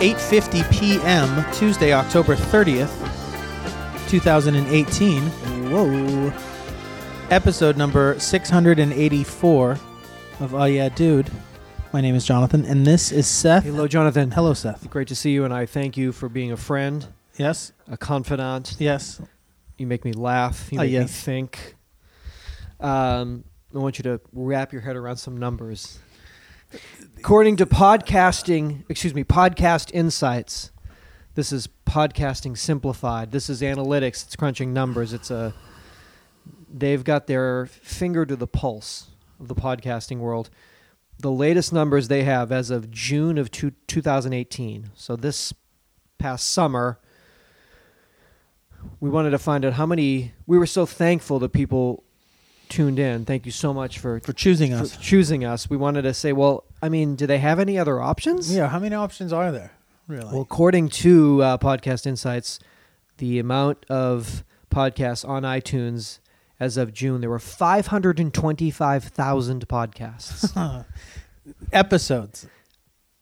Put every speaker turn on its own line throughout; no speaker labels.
8:50 p.m. Tuesday, October 30th, 2018. Whoa. Episode number 684 of Oh Yeah Dude. My name is Jonathan and this is Seth.
Hello, Jonathan.
Hello Seth.
Great to see you, and I thank you for being a friend,
Yes.
a confidant.
Yes.
You make me laugh. You
Ah,
make me
yes.
think. Um, I want you to wrap your head around some numbers. According to podcasting, excuse me, Podcast Insights, this is podcasting simplified. This is analytics. It's crunching numbers. It's a they've got their finger to the pulse of the podcasting world. The latest numbers they have as of June of two, 2018. So this past summer, we wanted to find out how many. We were so thankful that people tuned in. Thank you so much for,
For choosing
for
us.
choosing us. We wanted to say, well, I mean, do they have any other options?
Yeah, how many options are there? Really?
Well, according to uh, Podcast Insights, the amount of podcasts on iTunes as of June, there were 525,000 podcasts.
Episodes.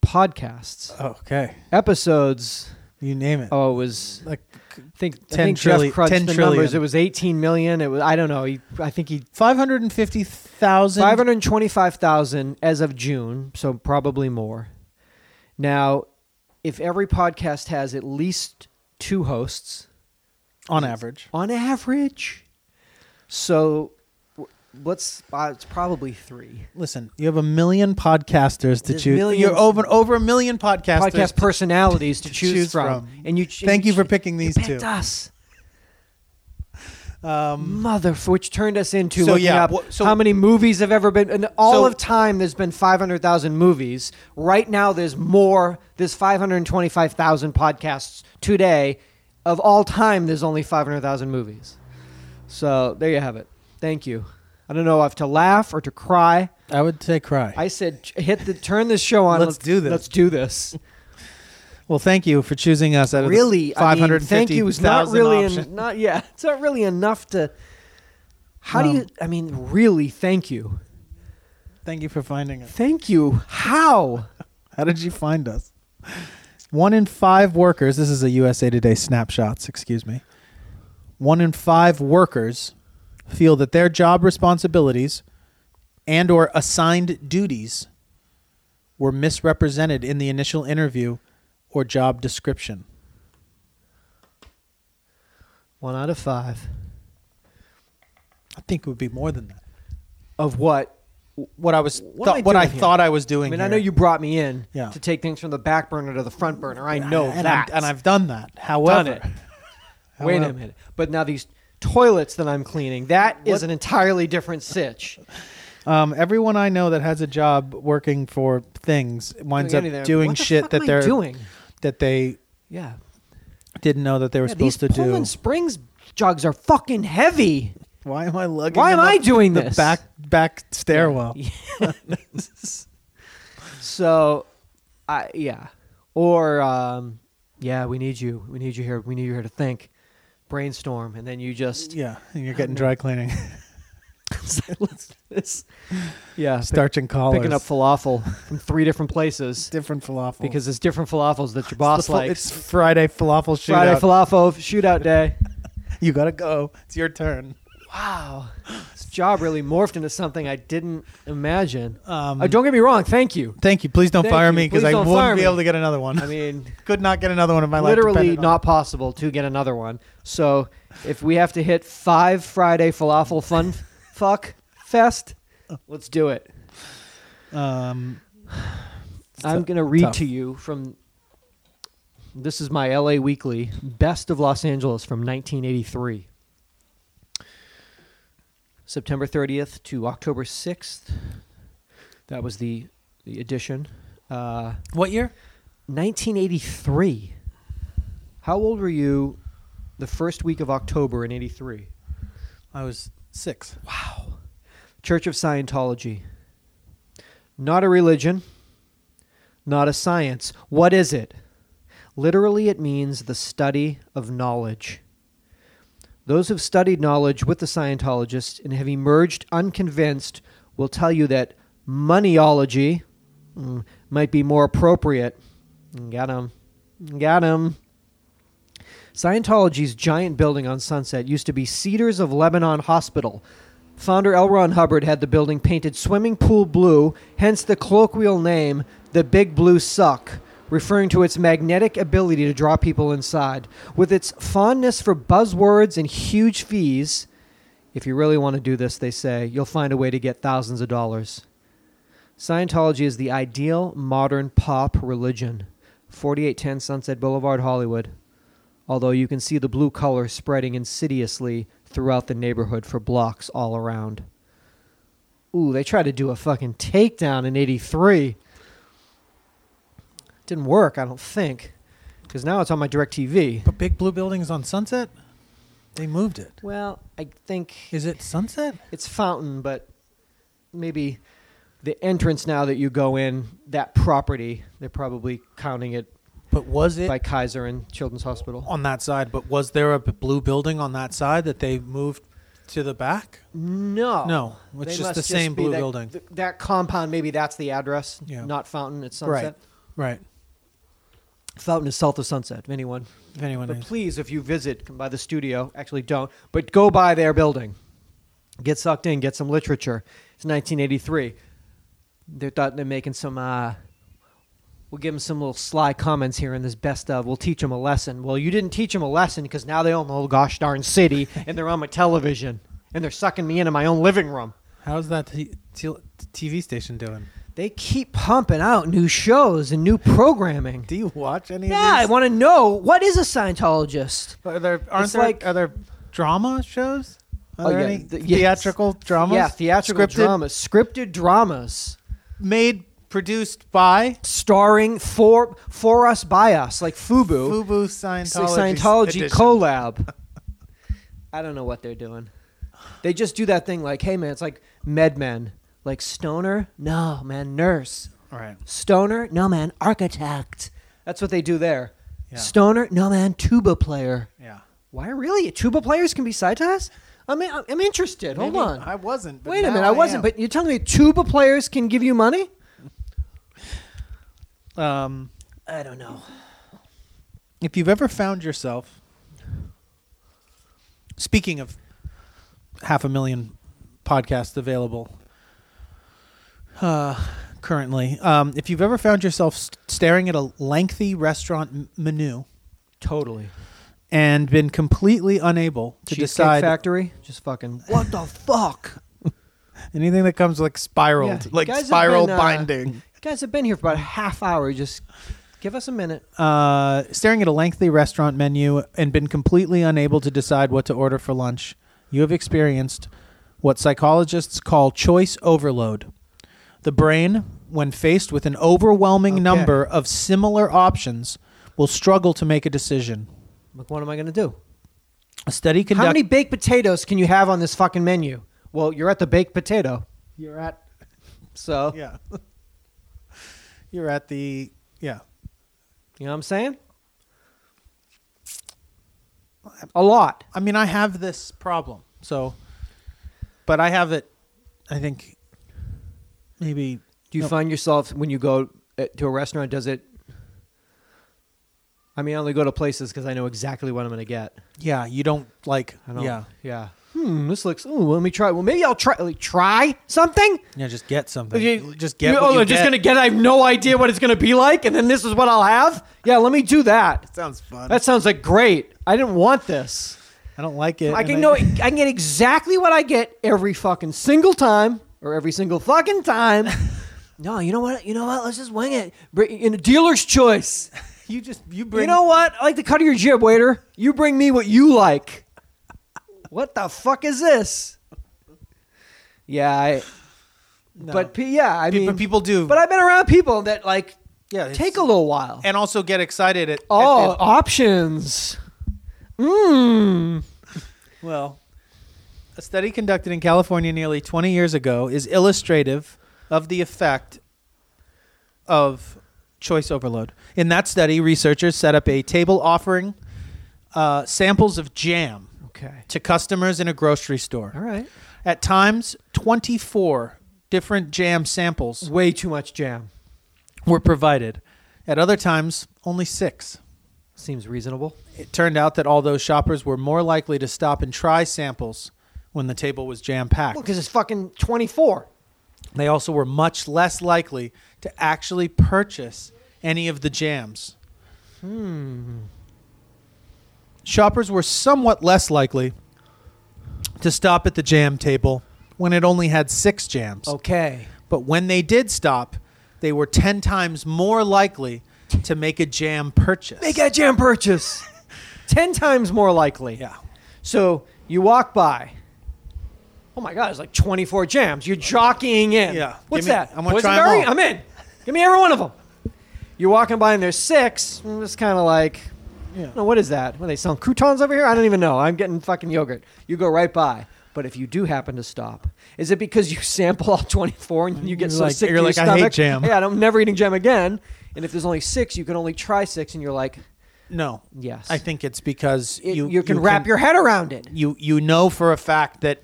podcasts.
okay,
Episodes.
you name it.
Oh, it was.
Like
I think, I
10
think
trillion-
Jeff crunched
10
the numbers.
trillion.
It was 18 million. It was I don't know. He, I think he
five hundred and fifty thousand.
525,000 as of June, so probably more. Now, if every podcast has at least two hosts,
on average.
on average. So w- let's. Uh, it's probably three
Listen, you have a million podcasters to
There's
choose.
millions-
You're over over a million podcasters.
podcast
to-
personalities to,
to
choose,
choose
from.
from.
and you. ch-
Thank you for picking
you
these
picked
two.
us.
Um,
Mother, f- which turned us into
So,
looking
yeah,
up
what- so-
how many movies have ever been. And all
So-
of time, there's been 500,000 movies. Right now, there's more. There's 525,000 podcasts today. Of all time, there's only 500,000 movies. So there you have it. Thank you. I don't know if to laugh or to cry.
I would say cry.
I said, "Ch- hit the turn this show on.
Let's do this.
Let's do this.
well, thank you for choosing us. Out of the
really, I mean, thank you is not
550,000
really en-
options.
not yeah, it's not really enough to. How do
Um,
you? I mean, really, thank you,
Thank you for finding us.
thank you. How?
How did you find us? One in five workers. This is a USA Today snapshots. Excuse me. One in five workers feel that their job responsibilities and or assigned duties were misrepresented in the initial interview or job description.
One out of five
I think it would be more than that.
of what?
What I was
What am I
thought, what I
doing here?
thought I was
I
doing.
mean, I
here.
know you brought me in
Yeah.
to take things from the back burner to the front burner. I know
and
that,
I'm- and I've done that. However,
it. Wait a
However-
minute. But now these toilets that I'm cleaning, that is
What-
an entirely different sitch.
Um, everyone I know that has a job working for things winds
Doing
up
anything.
doing
What the
shit
fuck am
that
I
they're
doing.
that they
Yeah.
didn't know that they were
Yeah,
supposed to
these Poland
do.
Springs jogs are fucking heavy.
Why am I lugging?
Why am
them
I
up
doing
the
this?
back back stairwell?
So, I yeah, or um, yeah, we need you. We need you here. We need you here to think, brainstorm, and then you just
Yeah, and you're getting dry cleaning,
It's- yeah, pick-
starching collars,
picking up falafel from three different places
different falafel
because there's different falafels that
it's,
your boss
the fal-
likes.
it's Friday falafel shootout.
Friday falafel shootout day.
you gotta go. It's your turn.
Wow, this job really morphed into something I didn't imagine.
Um,
Uh, don't get me wrong. Thank you.
thank you. Please don't
Thank
fire
you.
me because
Please
I
don't
wouldn't
fire
be
me.
able to get another one.
I mean.
Could not get another one in my life.
literally
depended on
not possible to get another one. So if we have to hit five Friday falafel fun fuck fest, let's do it.
it. Um,
I'm gonna read
tough.
to you from. This is my LA Weekly Best of Los Angeles from 1983. September 30th to October 6th. That was the the edition. Uh,
what year?
1983. How old were you the first week of October in 83?
I was six.
Church of Scientology. Not a religion, not a science. What is it? Literally, it means the study of knowledge. Those who've studied knowledge with the Scientologists and have emerged unconvinced will tell you that moneyology mm, might be more appropriate. Got him. Got him. Scientology's giant building on Sunset used to be Cedars of Lebanon Hospital. Founder L. Ron Hubbard had the building painted swimming pool blue, hence the colloquial name, the Big Blue Suck, referring to its magnetic ability to draw people inside. With its fondness for buzzwords and huge fees, if you really want to do this, they say, you'll find a way to get thousands of dollars. Scientology is the ideal modern pop religion. 4810 Sunset Boulevard, Hollywood. Although you can see the blue color spreading insidiously throughout the neighborhood for blocks all around. Ooh, they tried to do a fucking takedown in 83. Didn't work, I don't think. Because now it's on my direct TV.
But Big Blue Building's on Sunset. They moved it.
Well, I think
Is it Sunset?
it's fountain, but maybe the entrance now that you go in that property, they're probably counting it
But was it
by Kaiser and Children's Hospital.
on that side? But was there a b- blue building on that side that they moved to the back?
No,
No, it's
They
just
must
the same
be
blue
that-
building.
th- that compound, maybe that's the address.
Yeah.
Not Fountain. It's Sunset.
Right.
Fountain is south of Sunset. If anyone,
If anyone
but
knows.
please, if you visit, come by the studio. Actually, don't. But go by their building. Get sucked in. Get some literature. It's 1983. They thought they're making some. Uh, we'll give them some little sly comments here in this best of. We'll teach them a lesson. Well, you didn't teach them a lesson because now they own the whole gosh darn city and they're on my television and they're sucking me into my own living room.
How's that t- t- TV station doing?
They keep pumping out new shows and new programming.
Do you watch any
Yeah, I
of these?
want to know what is a Scientologist.
I want. Are there, aren't
It's
there
like-
are there drama shows? Are
Oh,
there
yeah,
any
the- yes.
theatrical dramas?
Yeah, theatrical
Scripted?
dramas, scripted dramas,
made produced by
starring for for us by us, like Fubu,
Fubu
It's
Scientology.
a Scientology
edition.
collab. I don't know what they're doing. They just do that thing like, hey man, it's like med men, like stoner, no man, nurse,
All right.
stoner, no man, architect. That's what they do there.
Yeah.
Stoner, no man, tuba player.
Yeah.
Why really? Tuba players can be sideties? I'm I'm interested. Hold
Maybe
on.
I wasn't. but
Wait a
now
minute, I wasn't.
am.
But you're telling me tuba players can give you money?
um,
I don't know.
if you've ever found yourself, speaking of half a million podcasts available uh, currently, um, if you've ever found yourself st- staring at a lengthy restaurant m- menu
Totally.
and been completely unable to
Cheesecake
decide
Factory, just fucking what the fuck.
anything that comes like spiraled,
Yeah,
like
guys have
spiral
been, uh,
binding.
You guys have been here for about a half hour. Just give us a minute.
uh, staring at a lengthy restaurant menu and been completely unable to decide what to order for lunch, you have experienced what psychologists call choice overload. The brain, when faced with an overwhelming
Okay.
number of similar options, will struggle to make a decision.
Like, what am I going to do?
A study
How
conducted.
many baked potatoes can you have on this fucking menu? Well, you're at the baked potato.
You're at.
So,
Yeah. You're at the. Yeah.
you know what I'm saying? A lot.
I mean, I have this problem. So, but I have it. I think maybe
Do you
No.
find yourself when you go uh, to a restaurant, does it? I mean, I only go to places because I know exactly what I'm going to get.
Yeah, you don't like.
I don't,
Yeah,
Yeah. Hmm, this looks. Ooh, let me try. Well, maybe I'll try. Like, try something.
yeah, just get something.
You-
just get.
you-
what
oh,
you
I'm just
get.
gonna get. I have no idea what it's gonna be like, and then this is what I'll have. Yeah, let me do that.
Sounds fun.
That sounds like great. I didn't want this.
I don't like it.
I
and
can know. I can get exactly what I get every fucking single time, or every single fucking time. No, you know what? You know what? Let's just wing it. Br- In a dealer's choice.
You just you bring.
You know what? I like the cut of your jib, waiter. You bring me what you like. What the fuck is this? Yeah, I,
No.
but pe- yeah, I
Pe-
mean,
but people do.
But I've been around people that like
Yeah, it's-
take a little while.
and also get excited at. at
oh,
the-
options. Mmm.
well, a study conducted in California nearly 20 years ago is illustrative of the effect of choice overload. In that study, researchers set up a table offering uh, samples of jam
Okay.
to customers in a grocery store.
All right.
At times, 24 different jam samples
Way too much jam.
were provided. At other times, only six.
Seems reasonable.
It turned out that although shoppers were more likely to stop and try samples when the table was jam packed,
Well, because it's fucking twenty four.
they also were much less likely to actually purchase any of the jams. Hmm. Shoppers were somewhat less likely to stop at the jam table when it only had six jams.
Oh. Okay.
But when they did stop, they were 10 times more likely to make a jam purchase.
Make a jam purchase. Ten times more likely.
yeah.
So you walk by. Oh my God! It's like twenty-four jams. You're jockeying in.
Yeah.
What's
Give me-
that?
I wanna
Poison
try 'em
berry?
all.
I'm in. Give me every one of them. You're walking by and there's six. I'm just kind of like,
Yeah.
no, what is that? What are they selling croutons over here? I don't even know. I'm getting fucking yogurt. You go right by. But if you do happen to stop, is it because you sample all 24 and you get
You're
so
like-
sick?
you're
to your
like, "I hate
stomach,
jam."
Yeah, I'm never eating jam again. And if there's only six, you can only try six, and you're like,
No.
Yes.
I think it's because
it-
you
you, can wrap your head around it.
you you know for a fact that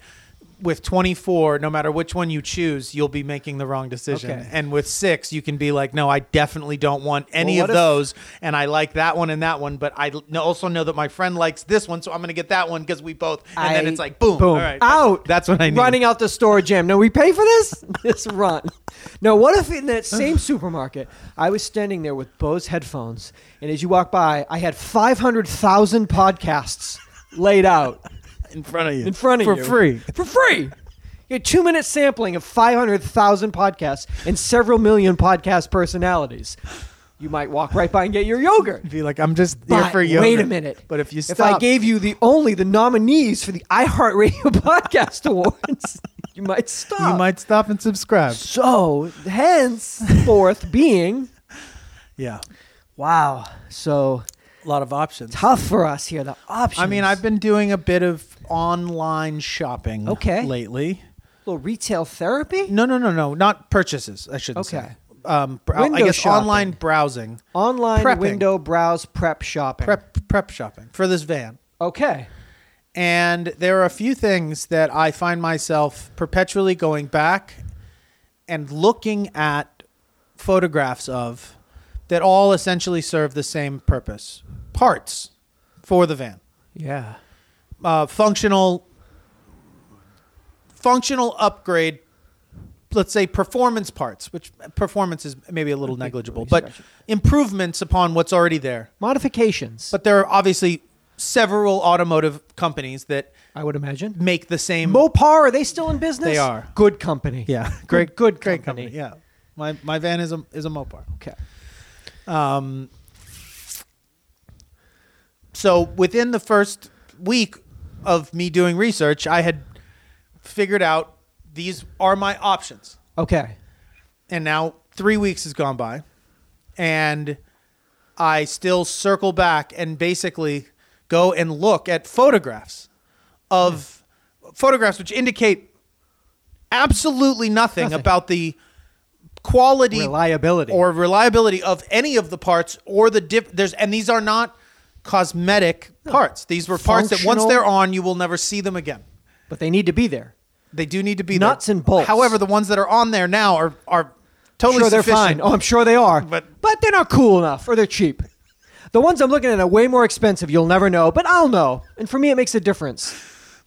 with 24 no matter which one you choose you'll be making the wrong decision
Okay.
and with 6 you can be like no I definitely don't want any
Well,
of
what if-
those and I like that one and that one but I l- know- also know that my friend likes this one so I'm going to get that one cuz we both and then
I-
it's like boom, all right that's-
out.
that's what I need
Running out the store jam. No, we pay for this. Just run. No, what if in that same supermarket I was standing there with Bose headphones, and as you walk by, I had five hundred thousand podcasts laid out
in front of you
in front of
for
you
free
for free. You had two minute sampling of five hundred thousand podcasts and several million podcast personalities. you might walk right by and get your yogurt.
Be like, I'm just here
But
for you.
Wait a minute.
But if you
If I
stop,
gave you the only the nominees for the iHeartRadio Podcast Awards, you might stop.
you might stop and subscribe.
So, henceforth being
Yeah,
wow. So
a lot of options.
tough for us here. The options.
I mean, I've been doing a bit of online shopping
Okay.
lately.
little retail therapy,
No, no, no, no, not purchases. I shouldn't
Okay.
say. Um, br- I
Window
guess
shopping.
online browsing,
online
Prepping.
window browse prep shopping.
prep prep shopping for this van.
Okay.
And there are a few things that I find myself perpetually going back and looking at photographs of that all essentially serve the same purpose parts for the van,
Yeah.
uh, functional, functional upgrade. Let's say performance parts, which performance is maybe a little negligible, but
stretching.
improvements upon what's already there.
Modifications.
But there are obviously several automotive companies that
I would imagine.
make the same
Mopar, are they still in business?
They are.
Good company.
Yeah,
Great-
great,
good
good, great
company.
company. Yeah, my my van is a is a Mopar.
Okay.
Um, so within the first week of me doing research, I had figured out these are my options,
Okay.
and now three weeks has gone by, and I still circle back and basically go and look at photographs of photographs which indicate absolutely nothing,
Nothing.
about the quality
Reliability.
or reliability of any of the parts or the dip there's and these are not cosmetic parts. These were parts that once
Functional.
they're on you will never see them again.
but they need to be there.
They do need to be
Nuts
there.
and bolts.
However, the ones that are on there now are are
I'm
totally
sure they're
sufficient.
fine. Oh, I'm sure they are.
But-
but they're not cool enough or they're cheap. The ones I'm looking at are way more expensive. You'll never know, but I'll know. And for me, it makes a difference.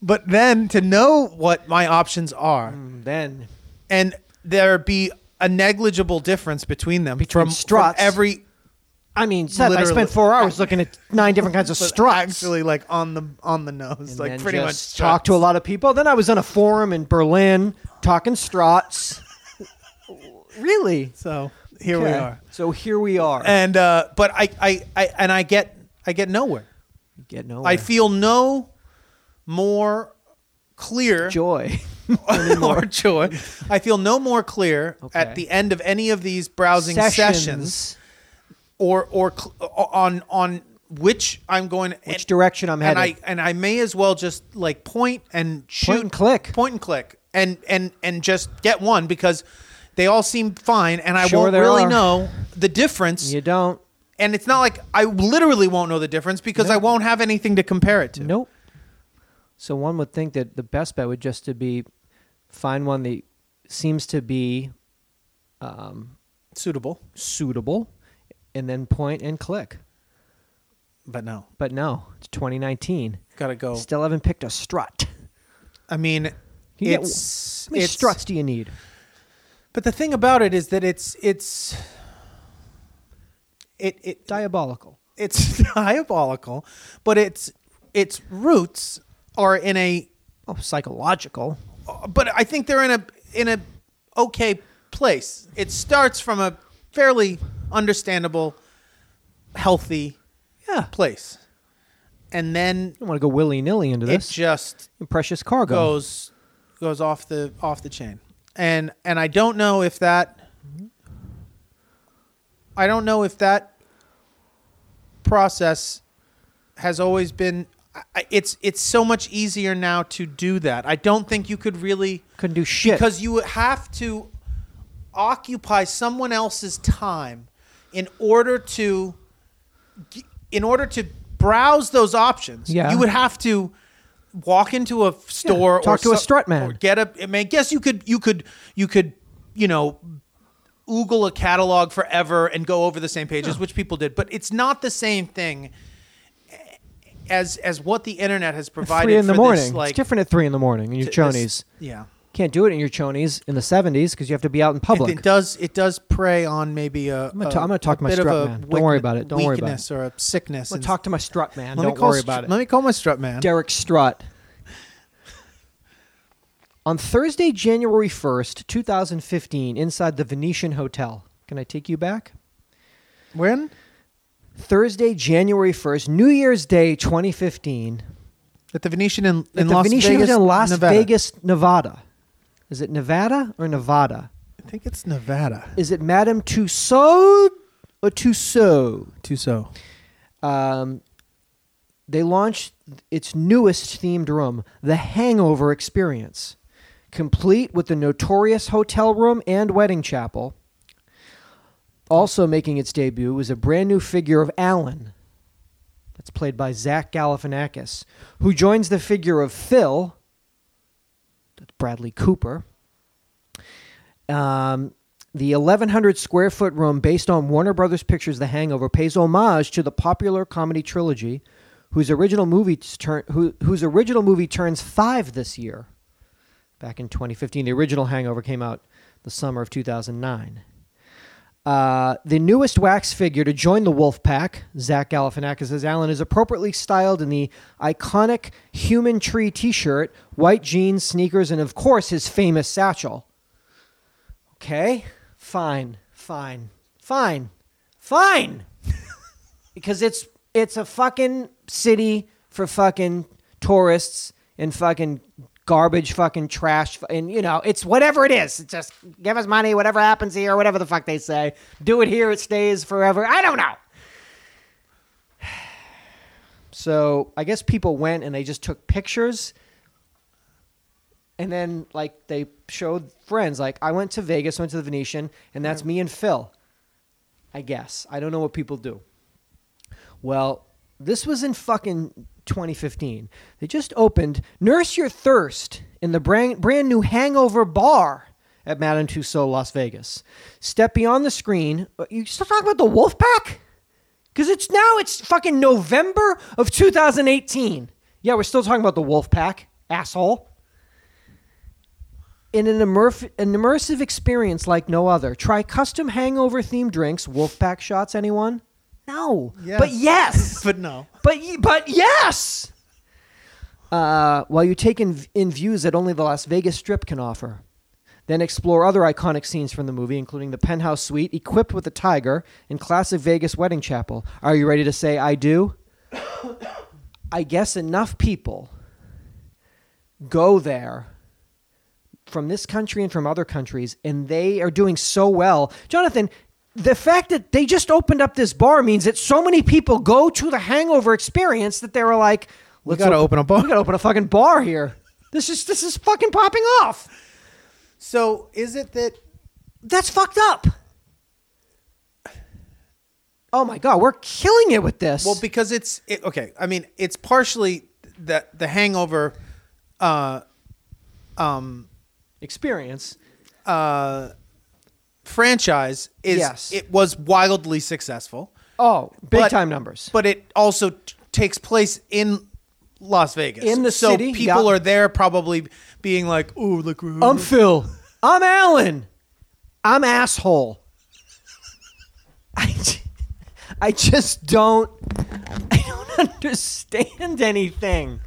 But then to know what my options are
Mm. Then
and there be a negligible difference between them
Between
from,
struts.
from every
I mean, Seth, I
Literally.
spent four hours looking at nine different kinds of
but
struts.
actually like on the on the nose
and
like
then
pretty much
just talked to a
struts.
lot of people. Then I was on a forum in Berlin talking struts. really?
so here we
Okay.
are
So here we are.
and uh but I, I i and i get i get nowhere
Get no
I feel no more clear
joy.
or joy. I feel no more clear
Okay.
at the end of any of these browsing sessions, or or cl- uh, on on which I'm going
Which
and,
direction I'm
and
headed?
I and I may as well just like point and shoot
and click.
point and click and and and just get one because they all seem fine and I
Sure
won't
there
really
are.
know the difference
you don't.
and it's not like I literally won't know the difference because I won't have anything to compare it to.
Nope. So one would think that the best bet would just to be find one that seems to be um,
Suitable,
suitable, and then point and click.
but no.
But no, it's 2019.
Gotta go.
Still haven't picked a strut.
I mean,
You get-
it's
How many
it's
struts do you need?
But the thing about it is that it's it's it it
Diabolical.
it's diabolical, but it's its roots are in a.
Oh, psychological.
But I think they're in a in a okay place. It starts from a fairly understandable, healthy
Yeah.
place, and then
You don't want to go willy nilly into
it
this.
just
Precious cargo.
goes goes off the off the chain and and i don't know if that i don't know if that process has always been I- I, it's it's so much easier now to do that i don't think you could really
Couldn't do shit.
because you have to occupy someone else's time in order to in order to browse those options
Yeah.
you would have to walk into a f- store
talk
or
to a
so-
strut man.
or get a i mean guess you could you could you could you know oogle a catalog forever and go over the same pages which people did but it's not the same thing as as what the internet has provided
three in the
for
morning.
this like
it's different at three in the morning in your
this-
chonies.
yeah
Can't do it in your chonies in the 70s because you have to be out in
It-
public.
It, does. It does prey on maybe a.
gonna ta-
a-
I'm gonna talk
a
my
bit of
strut
a
man. Don't worry
weak-
about it. Don't worry about
weakness or a sickness.
I'm gonna
and-
talk to my strut
Let
man.
me
Don't
call
worry
str-
about it.
Let me call my strut man.
Derek Strut. On Thursday, January 1st, 2015, inside the Venetian Hotel. Can I take you back?
When?
Thursday, January 1st, New Year's Day 2015,
At the Venetian in,
at
in
the
Las
Venetian
Vegas,
in Las
Nevada.
Vegas, Nevada. Is it Nevada or Nevada?
I think it's Nevada.
Is it Madame Tussauds or Tussauds?
Tuso.
Um, they launched its newest themed room, the Hangover Experience, complete with the notorious hotel room and wedding chapel. Also making its debut was a brand new figure of Alan. That's played by Zach Galifianakis, who joins the figure of Phil. That's Bradley Cooper. Um, the 1,100 square foot room, based on Warner Brothers Pictures' The Hangover, pays homage to the popular comedy trilogy, whose original movie turn, who, whose original movie turns five this year. Back in 2015, the original Hangover came out the summer of 2009. Uh, the newest wax figure to join the wolf pack, Zach Galifianakis as Alan, is appropriately styled in the iconic human tree T-shirt, white jeans, sneakers, and of course his famous satchel. Okay, fine, fine, fine, fine. because it's it's a fucking city for fucking tourists and fucking garbage, fucking trash, and you know it's whatever it is. It's just give us money, whatever happens here, whatever the fuck they say. Do it here, it stays forever. I don't know. So I guess people went and they just took pictures. And then like they showed friends like I went to Vegas, went to the Venetian, and that's me and Phil. I guess. I don't know what people do. Well, this was in fucking 2015. They just opened Nurse Your Thirst in the brand, brand new Hangover Bar at Madame Tussauds, Las Vegas. Step beyond the screen. Uh, You still talking about the Wolf Pack? Because it's now, it's fucking November of 2018. Yeah, we're still talking about the Wolf Pack, asshole in an, immerf- an immersive experience like no other. Try custom hangover themed drinks, Wolfpack shots, anyone? No.
Yes.
But yes.
But no.
But y- but yes. Uh, while you take in, in views that only the Las Vegas Strip can offer, then explore other iconic scenes from the movie, including the penthouse suite equipped with a tiger and classic Vegas wedding chapel. Are you ready to say I do? I guess enough people go there from this country and from other countries, and they are doing so well. Jonathan, the fact that they just opened up this bar means that so many people go to the hangover experience that they were like,
We gotta open a bar.
We gotta open a fucking bar here. This is this is fucking popping off.
So is it that
That's fucked up. Oh my god, we're killing it with this.
Well, because it's it, okay. I mean, it's partially that the hangover, uh, um,
experience.
uh, franchise is
Yes.
it was wildly successful,
Oh, big
But-
time numbers.
but it also t- takes place in Las Vegas,
In the
so
city,
people
yeah.
are there probably being like, "Oh, look, we're-
I'm Phil. I'm Alan. I'm asshole. I, j- I just don't. I don't understand anything.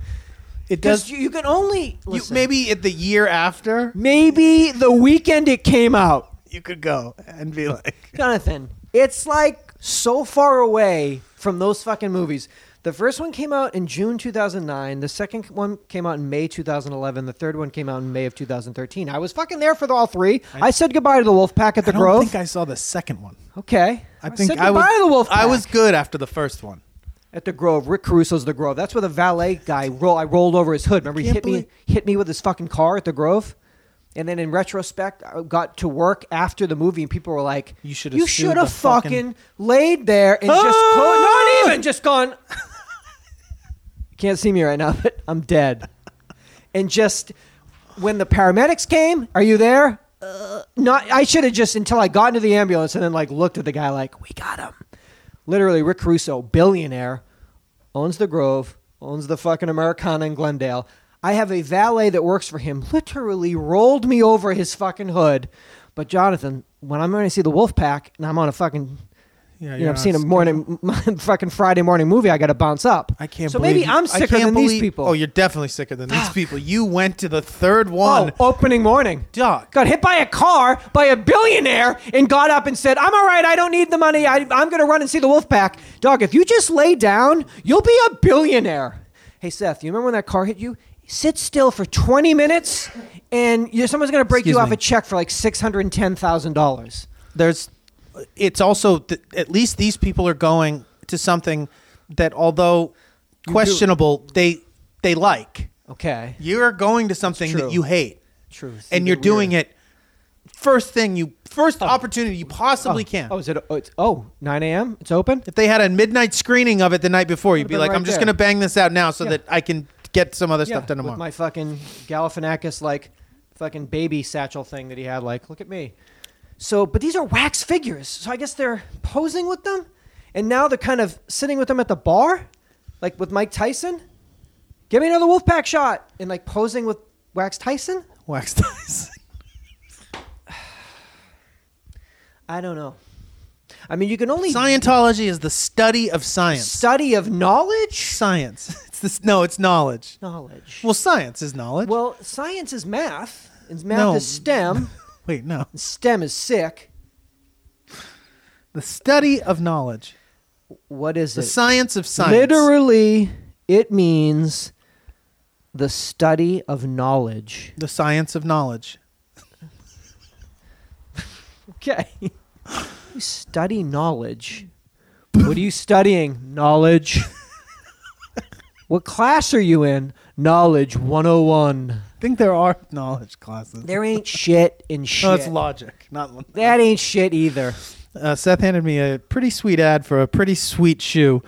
it
Because
does."
you, you can only
You,
listen,
maybe at the year after
maybe the weekend it came out.
you could go and be like,
Jonathan, it's like so far away from those fucking movies. The first one came out in June 2009. The second one came out in May 2011. The third one came out in May of 2013. I was fucking there for the, all three. I, said goodbye to the Wolf Pack at the
"I don't
Grove.
think I saw the second one."
okay.
I think
said
I was
goodbye to the Wolf
I was good after the first one.
at the Grove. Rick Caruso's the Grove. That's where the valet guy roll. I rolled over his hood. Remember, he
Can't
hit
believe-
me hit me with his fucking car at the Grove. And then in retrospect, I got to work after the movie, and people were like,
You should have
you
sued
should have
the fucking-
fucking laid there and just gone,
Ah!
not even just gone. Can't see me right now, but I'm dead." And just when the paramedics came, are you there? Uh, not. I should have just until I got into the ambulance and then like looked at the guy like, "We got him." Literally, Rick Caruso, billionaire, owns the Grove, owns the fucking Americana in Glendale. I have a valet that works for him. Literally rolled me over his fucking hood. But Jonathan, when I'm going to see the Wolf Pack and I'm on a fucking
Yeah,
You
you're
know, I'm seeing a
on-
morning, fucking Friday morning movie. I got to bounce up.
I can't.
So
believe
maybe
you-
I'm
I
sicker
can't
than these
believe-
people.
Oh, you're definitely sicker than these
Fuck.
people. You went to the third
Oh,
one,
opening morning.
Doc.
Got hit by a car by a billionaire and got up and said, I'm all right. I don't need the money. I, I'm going to run and see the wolf pack. Dog, if you just lay down, you'll be a billionaire. Hey, Seth, you remember when that car hit you? Sit still for 20 minutes and you someone's going to break
Excuse
you off
me.
a check for like $610,000.
There's
It's also th- at least these people are going to something that, although questionable, they they like.
Okay.
You are going to something
true.
that you hate,
Truth.
and you're doing it first thing you first opportunity you possibly can.
Oh, is it? Oh, it's, oh 9 a.m.? It's open?
If they had a midnight screening of it the night before, you'd
Would've
be
been
like,
right
"I'm just
there.
going to bang this out now so
Yeah.
that I can get some other stuff
Yeah,
done
with
tomorrow."
my fucking Galifianakis like fucking baby satchel thing that he had. Like, look at me. So, but these are wax figures. So I guess they're posing with them, and now they're kind of sitting with them at the bar, like with Mike Tyson. Give me another Wolfpack shot, and like posing with Wax Tyson.
Wax ties.
I don't know. I mean, you can only
Scientology is the study of science.
study of knowledge.
Science. It's this. No, it's knowledge.
Knowledge.
Well, science is knowledge.
Well, science is math, and math
No.
is STEM.
Wait, no.
and STEM is sick.
The study of knowledge.
What is
The
it?
science of science.
Literally, it means the study of knowledge.
The science of knowledge.
Okay. you study knowledge. What are you studying? Knowledge. what class are you in? Knowledge 101.
I think there are knowledge classes.
There ain't shit in shit.
no, it's logic, not.
that ain't shit either.
Uh, Seth handed me a pretty sweet ad for a pretty sweet shoe.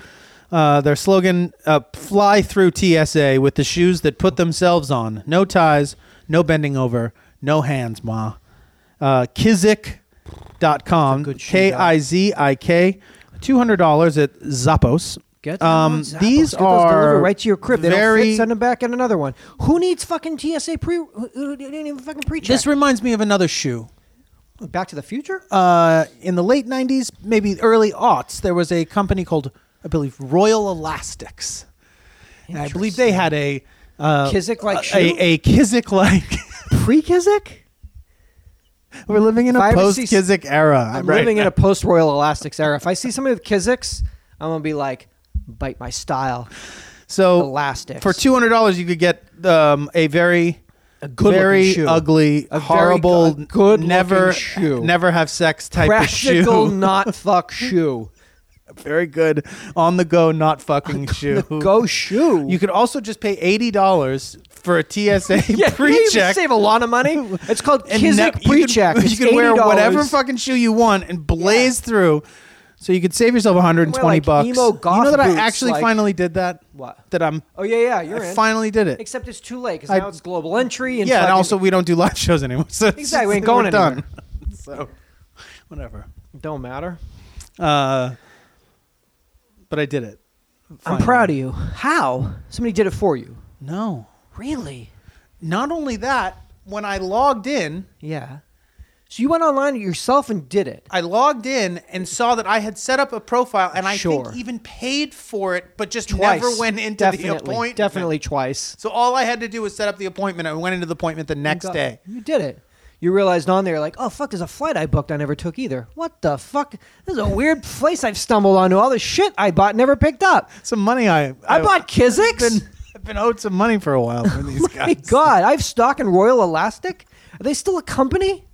Uh, their slogan: uh, "Fly through TSA with the shoes that put themselves on. No ties, no bending over, no hands, ma." Uh, Kizik.com,
That's a good shoe,
K I Z I K, two hundred dollars at Zappos.
Get
Um,
those Zappos.
these
Get those delivered
are
right to your crib. They don't
very-
fit. Send them back in another one. Who needs fucking TSA pre? Who, who didn't even fucking pre check?
This reminds me of another shoe.
back to the future.
Uh, in the late '90s, maybe early aughts, there was a company called, I believe, Royal Elastics. And I believe they had a uh,
Kizik-like
a-
shoe?
A, a Kizik like.
pre Kizik.
We're living in
If I
a
ever
post
see s-
Kizik era.
I'm
right
living in
now.
a post Royal Elastics era. If I see somebody with Kizik's, I'm gonna be like, bite my style.
so
Elastics
for two hundred dollars, you could get um, a very
A good-looking
very
shoe.
ugly,
A very
horrible,
good- good-looking
never
shoe.
never have sex type
practical
of shoe.
not fuck shoe.
very good on the go, not fucking shoe.
Go shoe.
You could also just pay eighty dollars for a TSA
yeah, you
pre-check.
can save a lot of money. It's called
and
Kizik
nev- you could-
pre-check.
You
It's
could wear
$80.
whatever fucking shoe you want and blaze through. So you could save yourself 120
Wear, like,
bucks.
emo
you
goth
know that I
boots,
actually
like-
finally did that.
What?
That I'm.
Oh yeah, yeah, you're
I
in.
finally did it.
Except it's too late because
I-
now it's global entry and
yeah, and
fucking-
also we don't do live shows anymore. So it's
Exactly,
just-
we ain't going
we're done. so whatever.
don't matter.
Uh, but I did it.
I'm proud of you. How somebody did it for you?
No.
Really?
Not only that, when I logged in,
Yeah. So you went online yourself and did it.
I logged in and saw that I had set up a profile and I
Sure.
think even paid for it, but just
Twice.
never went into
definitely,
the appointment.
Definitely twice.
So all I had to do was set up the appointment. I went into the appointment the next
got-
day.
You did it. You realized on there, like, oh fuck, there's a flight I booked I never took either. What the fuck? This is a weird place I've stumbled onto. All the shit I bought never picked up.
Some money I
I, bought Kizik's.
Been, I've been owed some money for a while from these
My
guys.
God, I have stock in Royal Elastic. Are they still a company?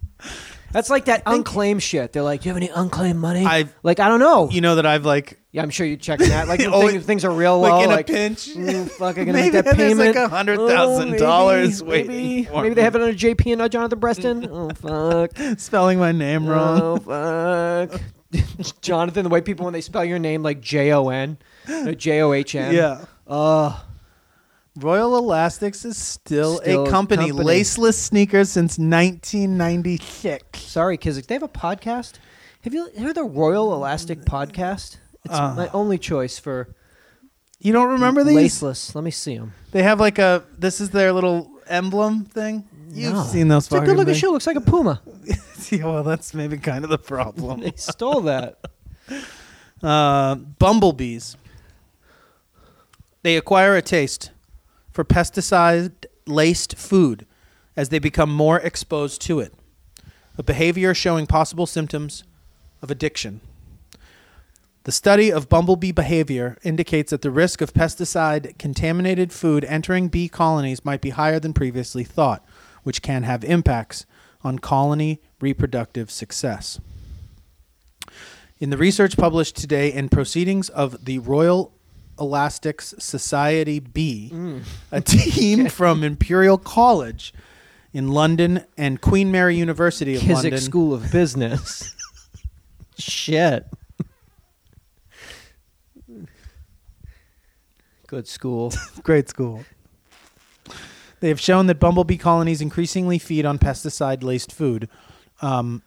That's like that unclaimed shit. They're like, do you have any unclaimed money?
I've-
like, I don't know.
You know that I've like
yeah, I'm sure you check that. Like, when
Oh,
things, things are real
like
low.
in a
like,
pinch.
mm, fuck, I'm gonna
Maybe
make
there's
that
like
payment.
a hundred thousand dollars
Oh,
waiting
Maybe,
for
maybe they
me.
have it under JP and not Jonathan Breston. oh fuck.
spelling my name wrong.
Oh fuck. Jonathan, the white people when they spell your name like J O N, no J O H N.
Yeah.
Uh,
Royal Elastics is still,
Still
a
a
company.
company.
Laceless sneakers since 1996.
sorry, Kizik. They have a podcast. Have you heard the Royal Elastic podcast? It's
Uh.
my only choice for
You don't remember these?
laceless. Let me see them.
They have like a this is their little emblem thing. You've seen those
It's a
fucking
good looking
things.
shoe. Looks like a puma.
yeah, well, that's maybe kind of the problem.
They stole that.
Uh, bumblebees. They acquire a taste for pesticide laced food as they become more exposed to it, a behavior showing possible symptoms of addiction. The study of bumblebee behavior indicates that the risk of pesticide contaminated food entering bee colonies might be higher than previously thought, which can have impacts on colony reproductive success. In the research published today in Proceedings of the Royal Elastics Society B, a team from Imperial College in London and Queen Mary University of
Kiswick
London
School of Business. Shit. Good school.
Great school. They have shown that bumblebee colonies increasingly feed on pesticide laced food um,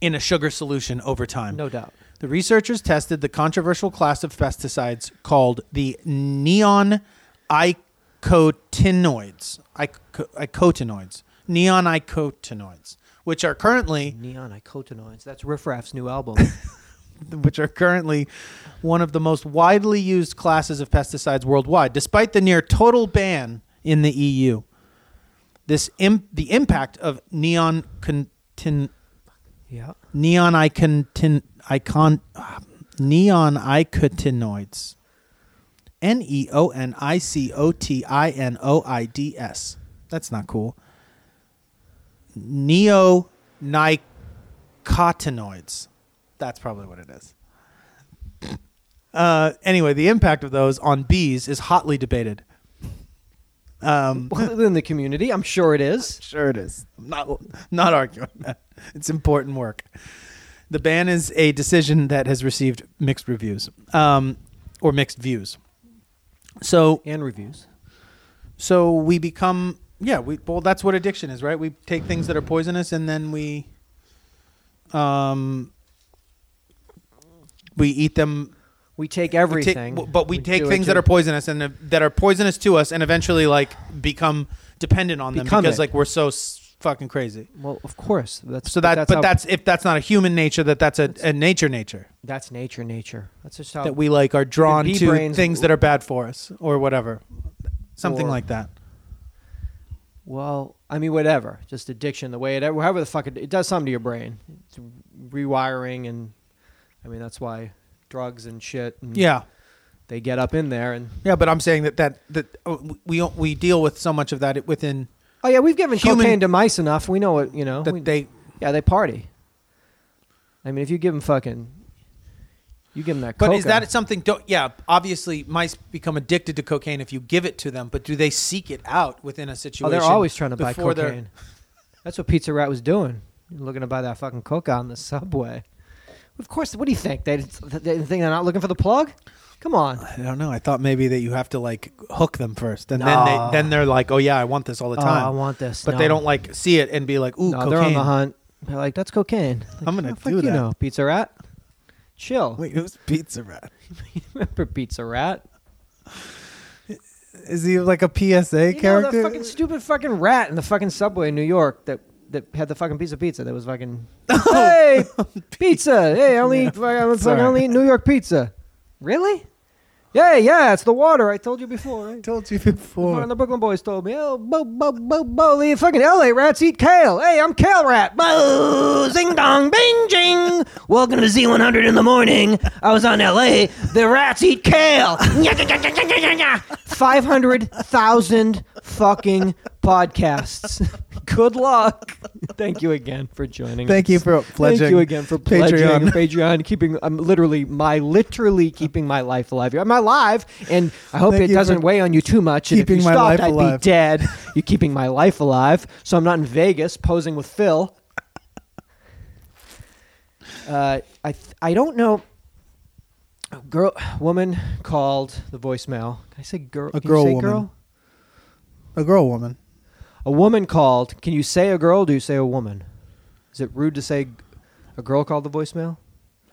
in a sugar solution over time.
No doubt.
The researchers tested the controversial class of pesticides called the neon icotinoids. Ico- icotinoids. Neon icotinoids, which are currently
Neon icotinoids. That's Riff Raff's new album.
which are currently one of the most widely used classes of pesticides worldwide, despite the near total ban in the EU. This Im- the impact of neon contin-
yeah.
neon icontin- icon ah, neon icotinoids. N E O N I C O T I N O I D S. That's not cool. Neonicotinoids. That's probably what it is. Uh, anyway, the impact of those on bees is hotly debated. Um,
Well, in the community, I'm sure it is.
Sure it is. I'm not not arguing that. It's important work. The ban is a decision that has received mixed reviews um, or mixed views. So
And reviews.
so we become yeah we well that's what addiction is right. We take things that are poisonous and then we um we eat them
We
we
take
take-
everything.
w- but we, take
do
things that
it to-
are poisonous and uh, that are poisonous to us and eventually like become dependent on them
Become
because
it.
like we're so s- fucking crazy.
Well, of course. That's
So that,
that's
but
how-
that's if that's not a human nature, that that's a, a nature nature
that's nature. Nature. That's just how
that we like are drawn
bee
to
Oh. brains-
things that are bad for us or whatever, something
Or-
like that.
Well, I mean, whatever. Just addiction, the way it, however the fuck it, it does something to your brain. It's rewiring, and I mean, that's why drugs and shit. And
Yeah,
They get up in there, and
yeah. But I'm saying that that that uh, we we deal with so much of that within
oh yeah, we've given
Human-
cocaine to mice enough. We know what you know.
that
we-
they
yeah, they party. I mean, if you give them fucking, you give them that.
But
coca,
is that something? Don't, yeah, obviously, mice become addicted to cocaine if you give it to them. But do they seek it out within a situation?
Oh, they're always trying to buy
before they're-
cocaine. That's what Pizza Rat was doing, looking to buy that fucking coca on the subway. Of course. What do you think? They, they they think they're not looking for the plug? Come on.
I don't know. I thought maybe that you have to like hook them first, and then they
No.
then they're like, oh yeah, I want this all the
Oh,
time.
I want this.
but they
No.
don't like see it and be like, ooh,
no,
cocaine.
they're on the hunt. They're like, that's cocaine. Like,
I'm gonna
"Oh, fuck
do
you
that."
know, Pizza Rat. Chill.
Wait, who's Pizza Rat?
Remember Pizza Rat?
Is he like a PSA
You know, the fucking stupid fucking rat in the fucking subway in New York that that had the fucking piece of pizza that was fucking hey pizza hey I only eat, I only-
Oh, Sorry.
I only eat New York pizza really yeah yeah it's the water I told you before right
told you
Fucking
before.
the Brooklyn boys told me oh bo bo bo bo the fucking L.A. rats eat kale hey I'm kale rat bo zing dong bing jing welcome to Z100 in the morning I was on L.A. the rats eat kale. Five hundred thousand fucking podcasts. Good luck. Thank you again for joining.
Thank
us.
you for pledging.
Thank you again for pledging Patreon. Patreon, keeping I'm literally my literally keeping my life alive. I'm alive, and I hope
Thank
it
you
doesn't
for
weigh on you too much. And if you
keeping my life
stopped, I'd
alive.
be dead. You're keeping my life alive, so I'm not in Vegas posing with Phil. Uh, I th- I don't know. A girl, woman called the voicemail. Can I say girl?
A
Can you
girl
say
woman.
Girl?
A girl woman.
A woman called. Can you say a girl? Or do you say a woman? Is it rude to say g- a girl called the voicemail?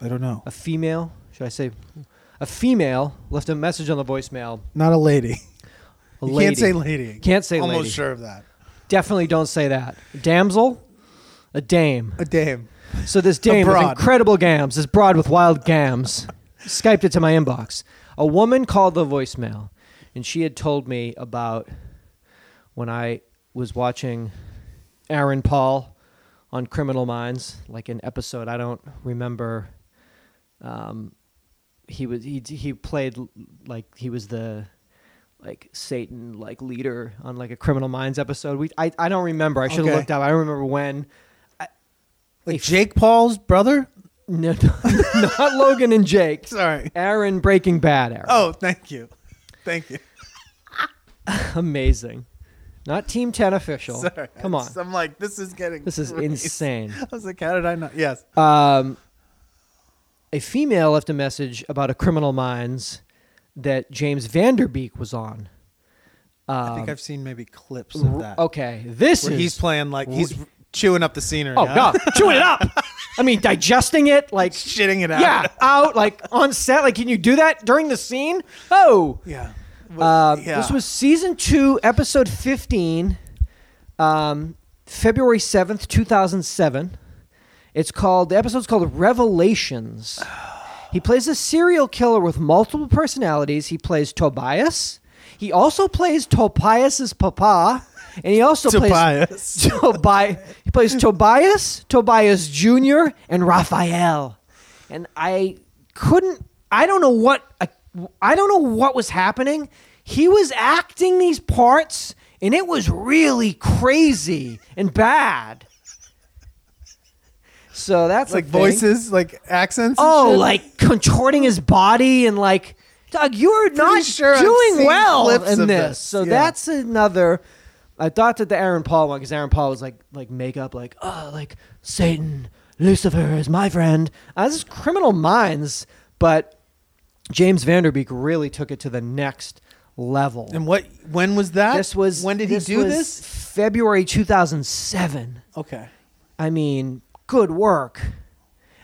I don't know.
A female? Should I say a female left a message on the voicemail?
Not a lady.
A
you
lady.
can't say lady.
Can't say
Almost
lady.
sure of that.
Definitely don't say that. Damsel. A dame.
A dame.
So this dame with
broad.
incredible gams, this broad with wild gams, skyped it to my inbox. A woman called the voicemail, and she had told me about when I was watching Aaron Paul on Criminal Minds, like an episode I don't remember. Um, he was he he played l- like he was the like Satan like leader on like a Criminal Minds episode. We I, I don't remember. I should have
Okay.
looked up. I don't remember when.
Like Jake Paul's brother?
No, no not Logan and Jake.
Sorry.
Aaron Breaking Bad. Aaron.
Oh, thank you. Thank you.
amazing. Not Team Ten official.
Sorry.
Come on,
I'm like, this is getting.
this is
crazy.
insane.
I was like, how did I not? Yes.
Um, a female left a message about a Criminal Minds that James Vanderbeek was on. Um,
I think I've seen maybe clips
r-
of that.
Okay, this
Where
is
he's playing like he's chewing up the scenery.
Oh
huh?
god, chewing it up. I mean, digesting it like
Shitting it out.
yeah, out like on set. Like, can you do that during the scene? Oh,
Yeah.
Uh,
yeah.
This was season two, episode 15, um, February 7th, 2007. It's called, the episode's called Revelations. He plays a serial killer with multiple personalities. He plays Tobias. He also plays Tobias's papa. And he also
Tobias.
plays Tobi- he plays Tobias, Tobias Jr., and Raphael. And I couldn't I don't know what I, I don't know what was happening. He was acting these parts and it was really crazy and bad. So that's
Like
a thing.
voices, like accents. and
Oh,
shit?
like contorting his body and like, Doug, you're not
sure I've
doing
seen
well
clips
in
of
this.
this,
So
yeah.
that's another. I thought that the Aaron Paul one, because Aaron Paul was like, like makeup, like, oh, like Satan, Lucifer is my friend. Uh, this is Criminal Minds, but James Vanderbeek really took it to the next level.
And what? When was that?
this was
When did he do
was
this?
February 2007.
Okay.
I mean, good work.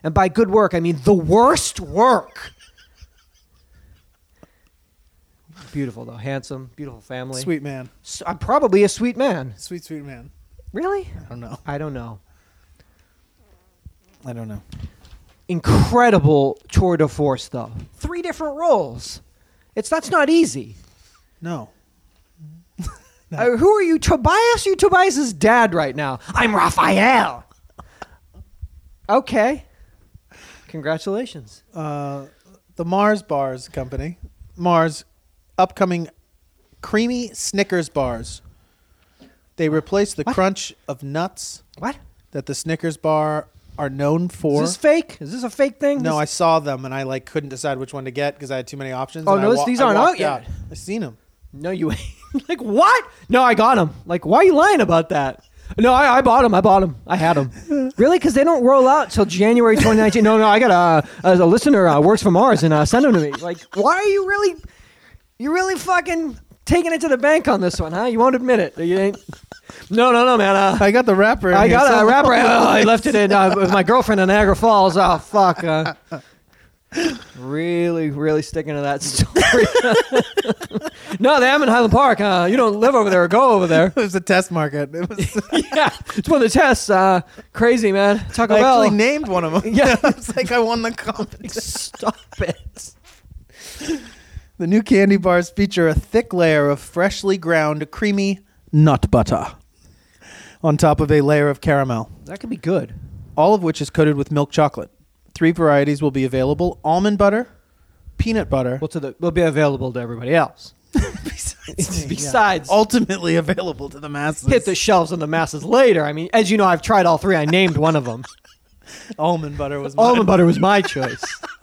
And by good work, I mean the worst work. Beautiful, though. Handsome, beautiful family.
Sweet man.
S- I'm probably a sweet man.
Sweet, sweet man.
Really?
I don't know.
I don't know.
I don't know.
Incredible tour de force, though. Three different roles. It's That's not easy.
No.
Uh, who are you, Tobias? You Tobias's dad right now. I'm Raphael. okay. Congratulations.
Uh, the Mars Bars Company. Mars upcoming creamy Snickers bars. They replace the
What?
crunch of nuts
What?
that the Snickers bar are known for.
Is this fake? Is this a fake thing?
no, I
This-
saw them and I like couldn't decide which one to get because I had too many options.
Oh,
and I
no, this-
wa-
these
I
aren't out
walked
yet.
I seen them.
no, you ain't. like what? No, I got them. Like, why are you lying about that? No, I, I bought them. I bought them. I had them. really? Because they don't roll out till January 2019. no, no, I got a, a, a listener uh, works for Mars and uh, send them to me. Like, why are you really, you really fucking taking it to the bank on this one, huh? You won't admit it. You ain't. No, no, no, man. Uh,
I got the wrapper. in
I
here
got a
somewhere.
wrapper. Oh, I left it in uh, with my girlfriend in Niagara Falls. Oh fuck! Uh, really, really sticking to that story. no, they am in Highland Park. Uh, you don't live over there or go over there.
It was a test market. It was
yeah, it's one of the tests. Uh, crazy man, Taco
I
Bell.
actually named one of them.
Yeah.
it's like I won the competition.
Stop it.
The new candy bars feature a thick layer of freshly ground creamy nut butter on top of a layer of caramel,
That could be good.
all of which is coated with milk chocolate. Three varieties will be available: almond butter, peanut butter.
Well, to the will be available to everybody else.
besides,
Besides-
ultimately available to the masses.
Hit the shelves and the masses later. I mean, as you know, I've tried all three. I named one of them.
almond butter was mine.
Almond butter was my choice.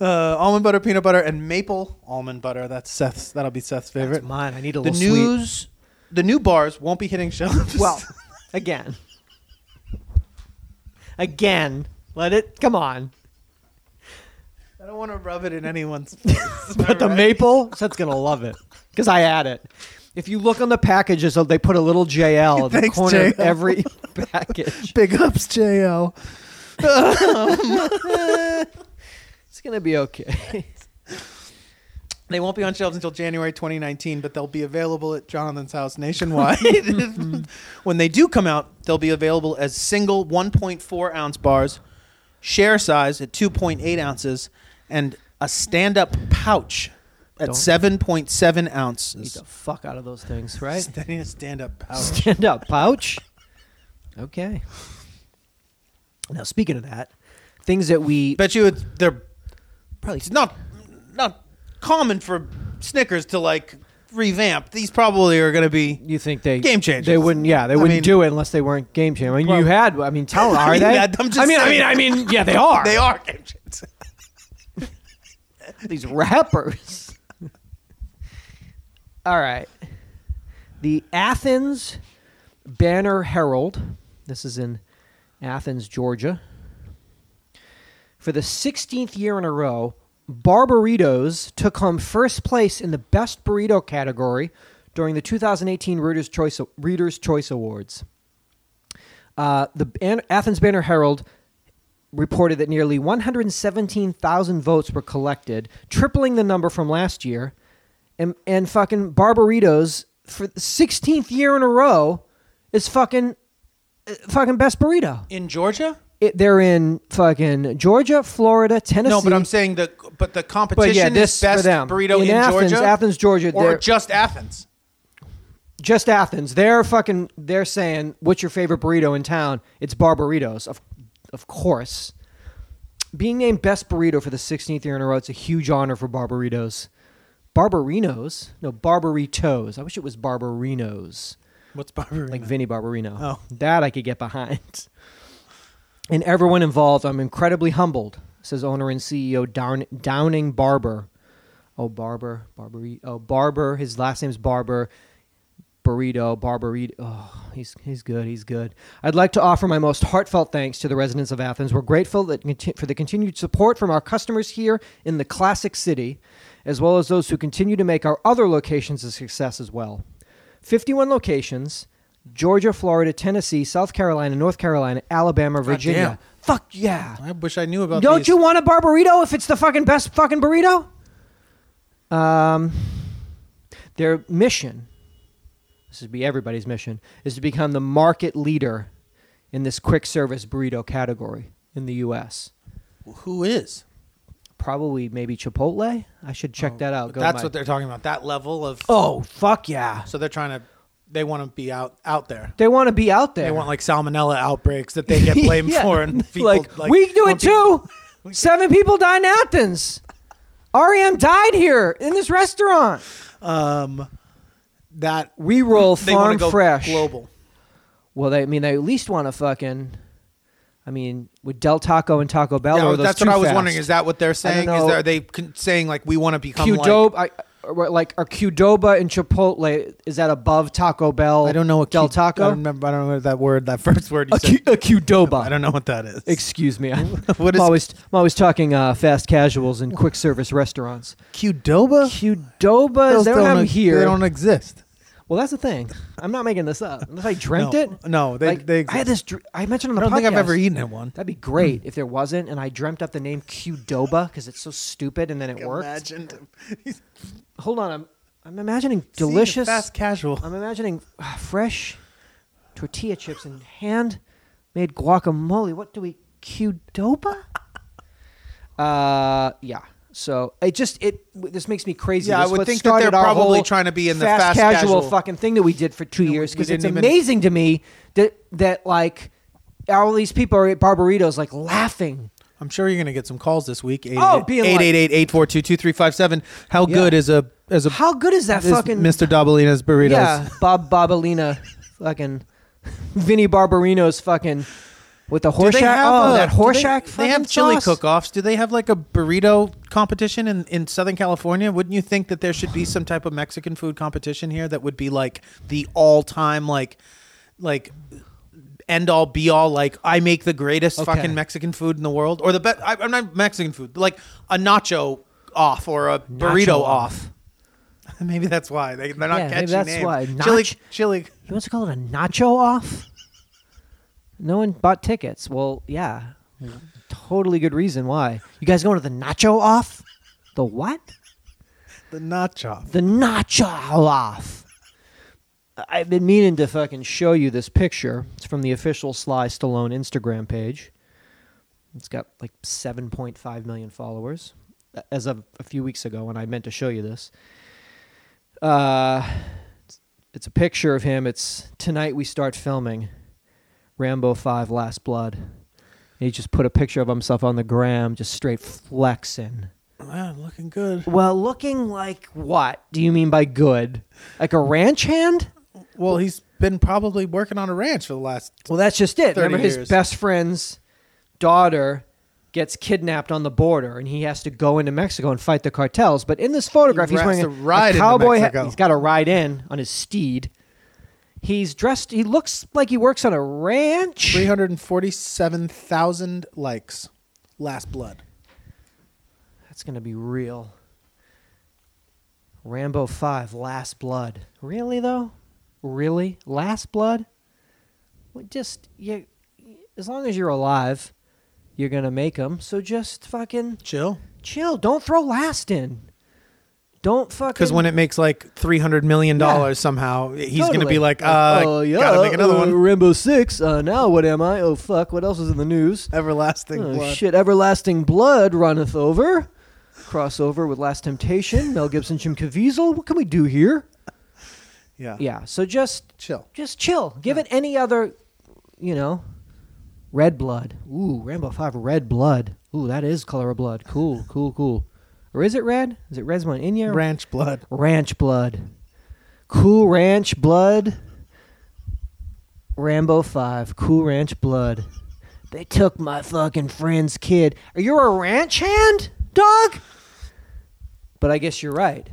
Uh, almond butter, peanut butter, and maple almond butter. That's Seth's. That'll be Seth's favorite.
That's mine. I need a
the
little sweet.
news, the new bars won't be hitting shelves.
Well, again. Again. Let it come on.
I don't want to rub it in anyone's
But the maple, Seth's gonna love it. Because I add it. If you look on the packages, they put a little JL in the
Thanks,
corner of
JL.
every package.
Big ups, JL. Um,
It's gonna be okay.
They won't be on shelves until January 2019, but they'll be available at Jonathan's house nationwide.
Mm-hmm.
when they do come out, they'll be available as single 1.4 ounce bars, share size at 2.8 ounces, and a stand up pouch at
Don't-
7.7
Eat
ounces.
the fuck out of those things, right?
Stand up pouch.
Stand up, pouch. Okay. Now, speaking of that, things that we
Bet you it's, they're
probably
it's not not common for Snickers to like revamp. These probably are going to be
you think they
Game changers.
They wouldn't. Yeah, they
I
wouldn't
mean-
do it unless they weren't game changer. I mean, you had. I mean, tell
I
are
mean,
they?
that- I'm just
I mean, I mean,
saying.
I mean, yeah, they are.
they are game changers.
these rappers. All right. The Athens Banner Herald. This is in Athens, Georgia. For the 16th year in a row, Barbaritos took home first place in the best burrito category during the 2018 Reader's Choice, Reader's Choice Awards. Uh, the Ban- Athens Banner Herald reported that nearly 117,000 votes were collected, tripling the number from last year. And, and fucking Barbaritos, for the 16th year in a row, is fucking, uh, fucking best burrito.
In Georgia?
It, they're in fucking Georgia, Florida, Tennessee.
No, but I'm saying the but the competition
But yeah, this
is
for
best
them.
burrito
In
in,
Athens-
Georgia,
Athens, Georgia,
or
they're-
just Athens.
just Athens. They're fucking. They're saying, "What's your favorite burrito in town?" It's Barbaritos, of of course. Being named best burrito for the 16th year in a row, it's a huge honor for Barbaritos. Barbarinos, no Barbaritos. I wish it was Barbarinos,
What's Barbarino?
like Vinnie Barbarino.
Oh.
that I could get behind. And everyone involved, I'm incredibly humbled, says owner and CEO Down, Downing Barber. Oh, Barber, Barbary, oh, Barber. His last name's Barber. Burrito, Barbarito. Oh, he's, he's good. He's good. I'd like to offer my most heartfelt thanks to the residents of Athens. We're grateful that, conti- for the continued support from our customers here in the classic city, as well as those who continue to make our other locations a success as well. 51 locations Georgia, Florida, Tennessee, South Carolina, North Carolina, Alabama, Virginia.
damn.
Fuck yeah.
I wish I knew about.
Don't
these.
you want a Barbarito if it's the fucking best fucking burrito? Um, their mission, this would be everybody's mission, is to become the market leader in this quick service burrito category in the U.S.
Who is?
Probably maybe Chipotle. I should check that out.
But
Go
Oh, that's
Mike.
what they're talking about. That level of.
Oh fuck yeah!
So they're trying to. They want to be out out there.
They want to be out there.
They want like salmonella outbreaks that they get blamed
Yeah.
for, and people
like, we do
when
it too. Seven people died in Athens. REM died here in this restaurant.
people- Um, that
We roll
they want
farm
to go
fresh.
global.
Well, they, I mean, they at least want to fucking. I mean, with Del Taco and Taco Bell,
Yeah,
or those
that's
too
what I was
fast?
wondering. Is that what they're saying? Is
know.
there, are they con- saying like we want to become like?
Qdoba, I- or like are Qdoba and Chipotle? Is that above Taco Bell?
I don't know what
Del
Q- I
Taco.
don't remember. I don't remember that word. That first word you
a,
said.
Q, a Qdoba.
I don't know what that is.
Excuse me. I'm,
What
I'm
is-
always I'm always talking uh, fast casuals and quick service restaurants.
Qdoba.
Qdoba,
Those
they don't have 'em here.
They don't exist.
Well, that's the thing. I'm not making this up. Unless I dreamt
no,
it.
No, they.
Like,
they
I had
exist.
this. dr- I mentioned on
I
the
don't think I've
podcast.
ever eaten at one.
That'd be great if there wasn't, and I dreamt up the name Qdoba because it's so stupid, and then it worked. Hold on, I'm I'm imagining delicious.
fast casual.
I'm imagining ah, fresh tortilla chips and hand made guacamole. What do we Qdoba? Uh, yeah. So it just it this makes me crazy.
Yeah, I
This is
would
what
think that they're
started our
probably
whole
trying to be in the
fast
fast
casual,
casual.
fucking thing that we did for two years
we
because it's
didn't even-
amazing to me that that like all these people are at Barbaritos like laughing.
I'm sure you're gonna get some calls this week.
Oh, being like-
888-842-2357. How
Yeah.
good is a as a
How good is that
is
fucking
Mr. Dabalina's burritos?
Yeah, Bob Bobalina, fucking Vinny Barbarino's fucking with the
Do they
Horshack.
have
Oh,
a-
that
do
Horshack.
They, they have
fucking
chili
sauce.
cook-offs. Do they have like a burrito competition in, in Southern California? Wouldn't you think that there should be some type of Mexican food competition here that would be like the all-time like like end all be all like I make the greatest
Okay.
fucking Mexican food in the world or the best I, I'm not Mexican food but like a nacho off or a burrito off. Maybe that's why they, they're not
Yeah, maybe
catchy
that's
names.
why.
Chili,
Nach-
chili.
You want to call it a nacho off? No one bought tickets. Well, yeah, totally good reason why. You guys going to the nacho off? The what?
The notch off.
the nacho off. I've been meaning to fucking show you this picture. It's from the official Sly Stallone Instagram page. It's got like 7.5 million followers a- as of a few weeks ago when I meant to show you this. Uh, it's, it's a picture of him. It's tonight we start filming Rambo 5 Last Blood. And he just put a picture of himself on the gram, just straight flexing.
Wow, looking good.
Well, looking like what do you mean by good? Like a ranch hand?
Well, he's been probably working on a ranch for the last.
Well, that's just it.
30
Remember,
years.
his best friend's daughter gets kidnapped on the border, and he has to go into Mexico and fight the cartels. But in this photograph,
He
he's
has
wearing
to
a,
ride
a
into
cowboy hat.
Mexico.
He's got to ride in on his steed. He's dressed. He looks like he works on a ranch.
347,000 likes. Last Blood.
That's gonna be real. Rambo Five: Last Blood. Really though? Really? Last Blood? Well, just you. As long as you're alive, you're gonna make them. So just fucking
Chill.
chill. Don't throw last in. Don't fucking.
Because when it makes like $300 million
Yeah.
somehow, he's going to
Totally.
be like, uh,
oh yeah,
gotta make another
uh,
one.
Rambo Six. Uh, now what am I? Oh fuck! What else is in the news?
Everlasting
Oh,
Blood.
shit, everlasting blood runneth over. Crossover with Last Temptation, Mel Gibson, Jim Caviezel. What can we do here?
Yeah.
Yeah, so just
Chill.
just chill. Give it any other, you know, red blood. Ooh, Rambo Five, red blood. Ooh, that is color of blood. Cool, cool, cool. Or is it red? Is it Resmond Inya?
Ranch Blood.
ranch blood. Cool ranch blood. Rambo 5, Cool Ranch Blood. They took my fucking friend's kid. Are you a ranch hand, dog? But I guess you're right.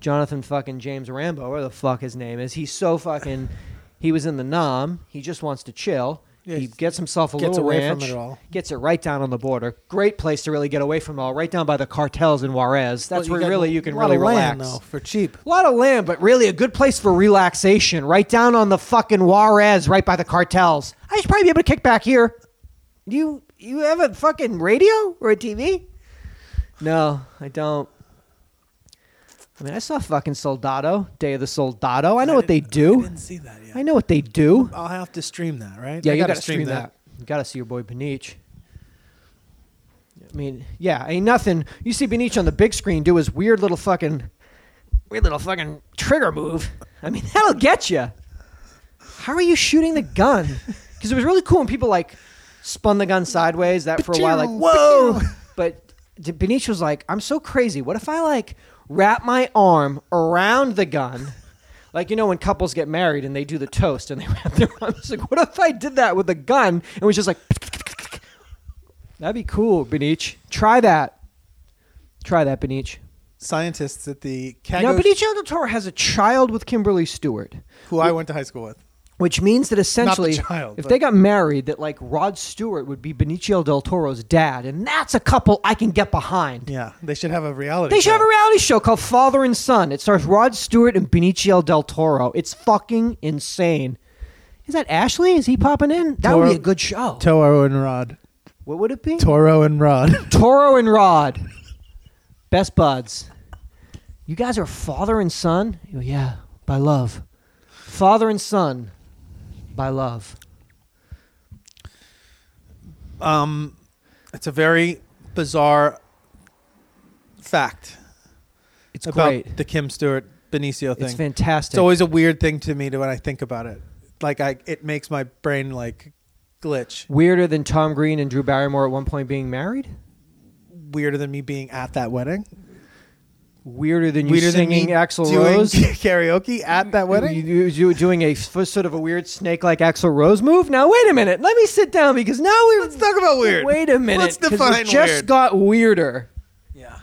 Jonathan fucking James Rambo, or the fuck his name is, he's so fucking. He was in the Nam. He just wants to chill.
Yeah,
he
he's-
gets himself a
gets
little
away from
ranch.
it all.
Gets it right down on the border. Great place to really get away from it all. Right down by the cartels in Juarez. That's
Well,
where
got
really you can
a lot
really
of land,
relax.
though, for cheap.
A lot of land, but really a good place for relaxation. Right down on the fucking Juarez, right by the cartels. I should probably be able to kick back here. You you have a fucking radio or a TV? No, I don't. I mean, I saw fucking Soldado, Day of the Soldado. I know what they
I
do.
didn't see that yet.
I know what they do.
I'll have to stream that, right?
Yeah,
I
you gotta, stream, that. You gotta see your boy Benich. I mean, yeah, ain't nothing. You see Benich on the big screen do his weird little fucking, weird little fucking trigger move. I mean, that'll get you. How are you shooting the gun? Because it was really cool when people like spun the gun sideways. That for a while, like whoa. But D- Benich was like, "I'm so crazy. What if I like wrap my arm around the gun?" Like you know when couples get married and they do the toast and they wrap their arms. Like, what if I did that with a gun and was just like, that'd be cool, Benich. Try that. Try that, Benich.
Scientists at the Cagos,
Now, Benicio del Toro has a child with Kimberly Stewart,
who I went to high school with.
which means that essentially,
child,
if
but-
they got married, that like Rod Stewart would be Benicio del Toro's dad, and that's a couple I can get behind.
Yeah, they should have a reality.
They should
show.
have a reality show called Father and Son. It stars Rod Stewart and Benicio del Toro. It's fucking insane. Is that Ashley? Is he popping in? That would
Toro-
be a good show.
Toro and Rod.
what would it be?
Toro and Rod.
Toro and Rod, best buds. You guys are father and son. Oh, yeah, by love. Father and son, by love.
um, it's a very bizarre fact
It's
about
great.
the Kim Stewart Benicio thing.
It's fantastic.
It's always a weird thing to me to when I think about it. Like I, it makes my brain like glitch.
weirder than Tom Green and Drew Barrymore at one point being married.
Weirder than me being at that wedding.
Weirder than you
Weirder
singing
than me
Axl
doing
Rose.
karaoke at that wedding.
You, you, you doing a f- sort of a weird snake-like Axl Rose move. Now wait a minute. Let me sit down because now we're
Let's talk about weird.
Wait a minute.
Let's
'cause it
define
just
weird.
got weirder.
yeah.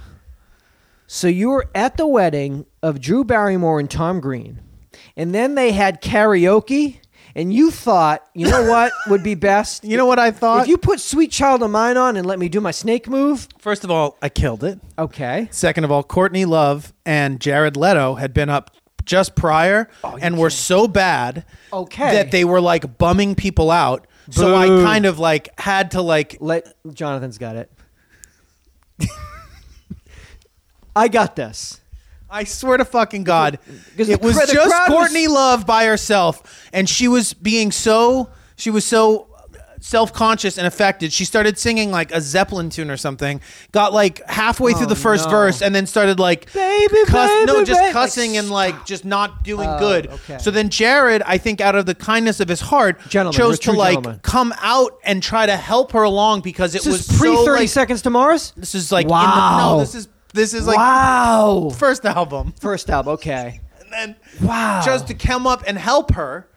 So you were at the wedding of Drew Barrymore and Tom Green, and then they had karaoke, and you thought, you know what would be best?
You know what I thought?
If you put "Sweet Child of Mine" on and let me do my snake move,
First of all, I killed it.
okay.
Second of all, Courtney Love and Jared Leto had been up just prior and were so bad
Oh, Okay.
that they were like bumming people out. So I
Boo.
kind of like had to like
Let Jonathan's got it. I got this.
I swear to fucking God,
Because the
it was
cra- the
just
crowd was-
Courtney Love by herself, and she was being so she was so self-conscious and affected. She started singing like a Zeppelin tune or something. Got like halfway through
Oh,
the first
no.
verse, and then started like
Baby,
no,
baby,
just
baby.
cussing
Like,
and like just not doing
Oh,
good.
okay.
So then Jared, I think out of the kindness of his heart,
Gentleman, we're
chose
a
to
true
like
gentleman.
come out and try to help her along because it
This
was
is pre
so,
Thirty
like,
Seconds to Mars.
This is like in the-
Wow.
no, this is this is like
wow.
first album.
First album. Okay.
And then
Wow.
chose to come up and help her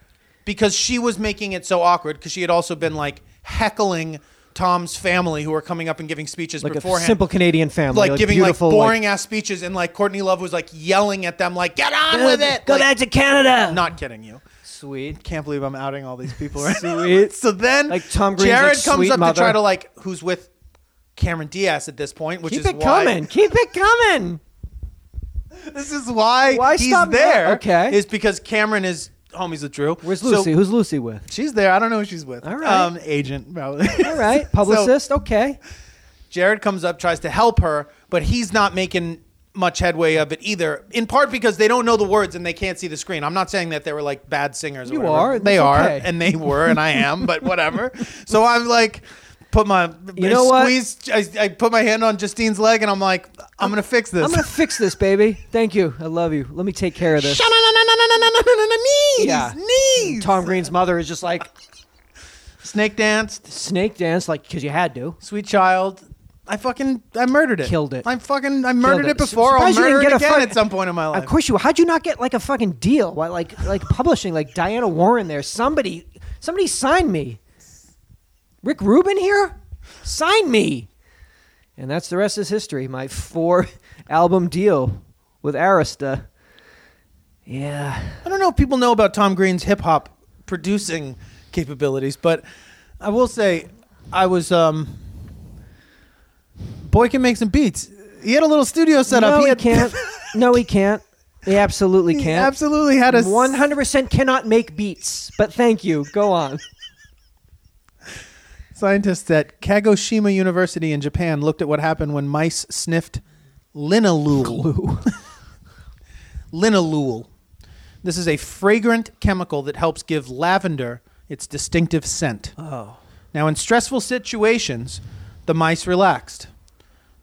because she was making it so awkward because she had also been like heckling Tom's family who were coming up and giving speeches
like
beforehand.
a simple Canadian family,
like, giving like
beautiful,
boring ass speeches and like Courtney Love was like yelling at them like get on with it.
Go
Like,
back to Canada.
Not kidding you.
sweet.
Can't believe I'm outing all these people right now.
Sweet.
So then
Like Tom Green's
Jared
like,
comes
"Sweet
up to
mother."
try to like who's with Cameron Diaz at this point, which
Keep
is
it
why
coming. Keep it coming.
This is why,
Why
he's
stop-
there.
okay.
Is because Cameron is homies with Drew.
Where's
So-
Lucy? Who's Lucy with?
she's there. I don't know who she's with.
All right.
Um, agent, probably.
All right. Publicist. okay.
Jared comes up, tries to help her, but he's not making much headway of it either. In part because they don't know the words and they can't see the screen. I'm not saying that they were like bad singers. Or
You
whatever.
are.
They
That's
are,
okay.
and they were, and I am, but whatever. So I'm like, put my
You know what?
squeeze, I, I put my hand on Justine's leg, and I'm like, I'm gonna fix this.
I'm gonna fix this, baby. Thank you. I love you. Let me take care of this.
Knees,
Yeah.
knees.
Tom Green's mother is just like
Snake danced.
snake dance, like because you had to.
Sweet Child. I fucking I murdered it.
Killed it.
I fucking I murdered
it.
it before. I'll
Surprised you didn't
murder it
get a
again
fuck-
at some point in my life.
Of course you. How'd you not get like a fucking deal? Why, like like publishing, like Diana Warren there. Somebody, somebody sign me. Rick Rubin here, sign me. And that's the rest is history. My four album deal with Arista. Yeah,
I don't know if people know about Tom Green's hip hop producing capabilities, but I will say I was um boy can make some beats. He had a little studio set
no,
up.
he
had,
can't. no, he can't. He absolutely
he
can't.
absolutely had a s-
One hundred percent cannot make beats. But thank you. Go on.
scientists at Kagoshima University in Japan looked at what happened when mice sniffed linalool. linalool. This is a fragrant chemical that helps give lavender its distinctive scent.
Oh,
Now, in stressful situations, the mice relaxed.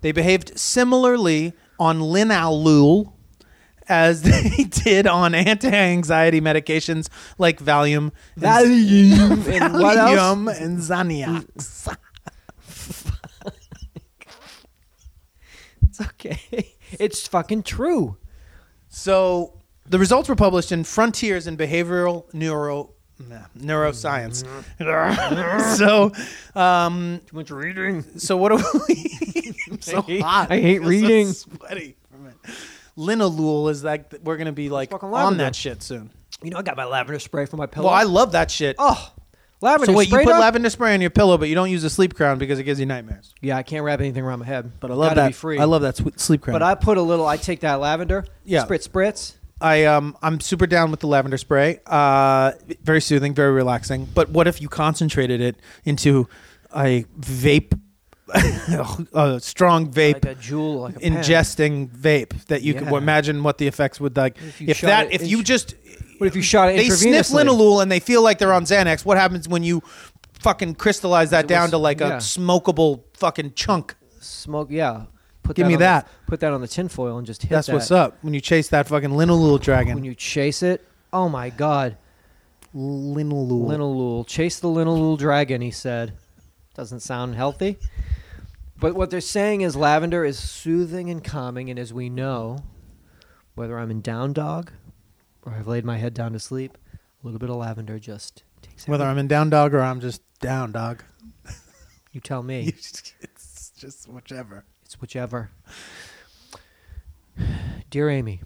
They behaved similarly on linalool as they did on anti-anxiety medications like Valium, and
Valium and what else?
Valium and Xanax.
it's okay. It's fucking true.
So the results were published in Frontiers in Behavioral Neuro nah, Neuroscience. so, um,
Too much reading.
so what do we? I'm so
I hate-
hot.
I
I
hate
feel so
reading.
sweaty. Linalool is like we're gonna be like
fucking
on
lavender.
that shit soon.
You know, I got my lavender spray for my pillow.
Well, I love that shit.
oh, lavender
so wait, you
spray.
put
dog?
lavender spray on your pillow, but you don't use a sleep crown because it gives you nightmares.
yeah, I can't wrap anything around my head,
But I love
Gotta
that.
Be free.
I love that sw- sleep crown.
But I put a little. I take that lavender.
Yeah.
Spritz, spritz.
I um I'm super down with the lavender spray. Uh, very soothing, very relaxing. But what if you concentrated it into a vape, a strong vape,
Like a jewel, like a pen.
ingesting vape that you could
Yeah.
imagine what the effects would like
If
if,
you shot
that
it
if you
intr-
just
What if you shot it
they sniff
intravenously?
linalool and they feel like they're on Xanax. What happens when you fucking crystallize that
It
down
was-
to like
yeah.
a smokable fucking chunk?
Smoke. Yeah. Put
Give
that
me
on the-
that.
put that on the tinfoil and just hit
That's
that.
what's up when you chase that fucking linalool
When
dragon.
you chase it, oh my god,
Linalool.
linalool. Chase the linalool dragon. He said. Doesn't sound healthy. But what they're saying is lavender is soothing and calming, and as we know, whether I'm in down dog or I've laid my head down to sleep, a little bit of lavender just takes.
Whether
everything.
I'm in down dog or I'm just down dog.
you tell me,
it's just whichever.
it's whichever. Dear Amy,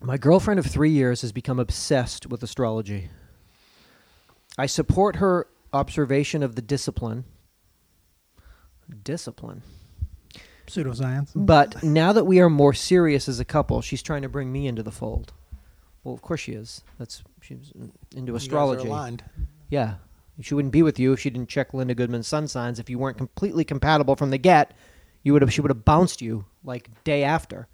my girlfriend of three years has become obsessed with astrology. I support her observation of the discipline. Discipline.
Pseudoscience.
But now that we are more serious as a couple, she's trying to bring me into the fold. Well, of course she is. That's she's into astrology. Yeah, she wouldn't be with you if she didn't check Linda Goodman's sun signs. If you weren't completely compatible from the get, you would have. She would have bounced you like day after.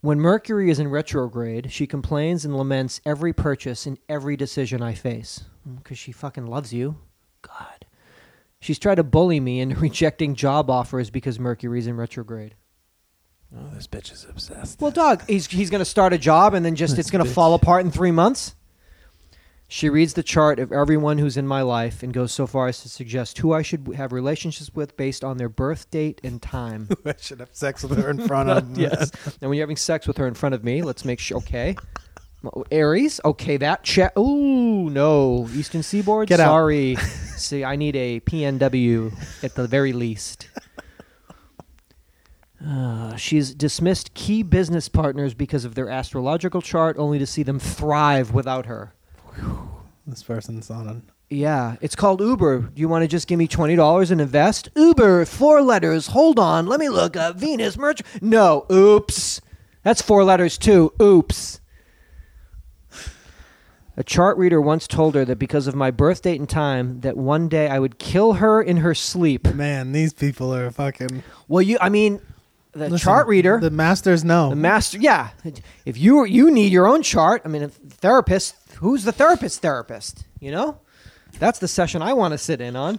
When Mercury is in retrograde, she complains and laments every purchase and every decision I face. Because she fucking loves you. God. She's tried to bully me into rejecting job offers because Mercury's in retrograde.
Oh, this bitch is obsessed.
Well, dog, he's, he's going to start a job and then just it's going to fall apart in three months. She reads the chart of everyone who's in my life and goes so far as to suggest who I should have relationships with based on their birth date and time.
I should have sex with her in front of him.
yes. And when you're having sex with her in front of me, let's make sure. Okay. Well, Aries, okay, that check. Ooh, no, Eastern Seaboard.
Get out.
sorry. See, I need a PNW at the very least. Uh, she's dismissed key business partners because of their astrological chart, only to see them thrive without her.
This person's on an
Yeah, it's called Uber. Do you want to just give me twenty dollars and invest? Uber, four letters. Hold on, let me look up Venus merch. No, oops, that's four letters too. Oops. A chart reader once told her that because of my birth date and time, that one day I would kill her in her sleep.
man. These people are fucking
Well, you, I mean, the
Listen,
chart reader,
The masters know.
the master. Yeah, if you you need your own chart, I mean, a therapist. Who's the therapist? Therapist, you know, that's the session I want to sit in on.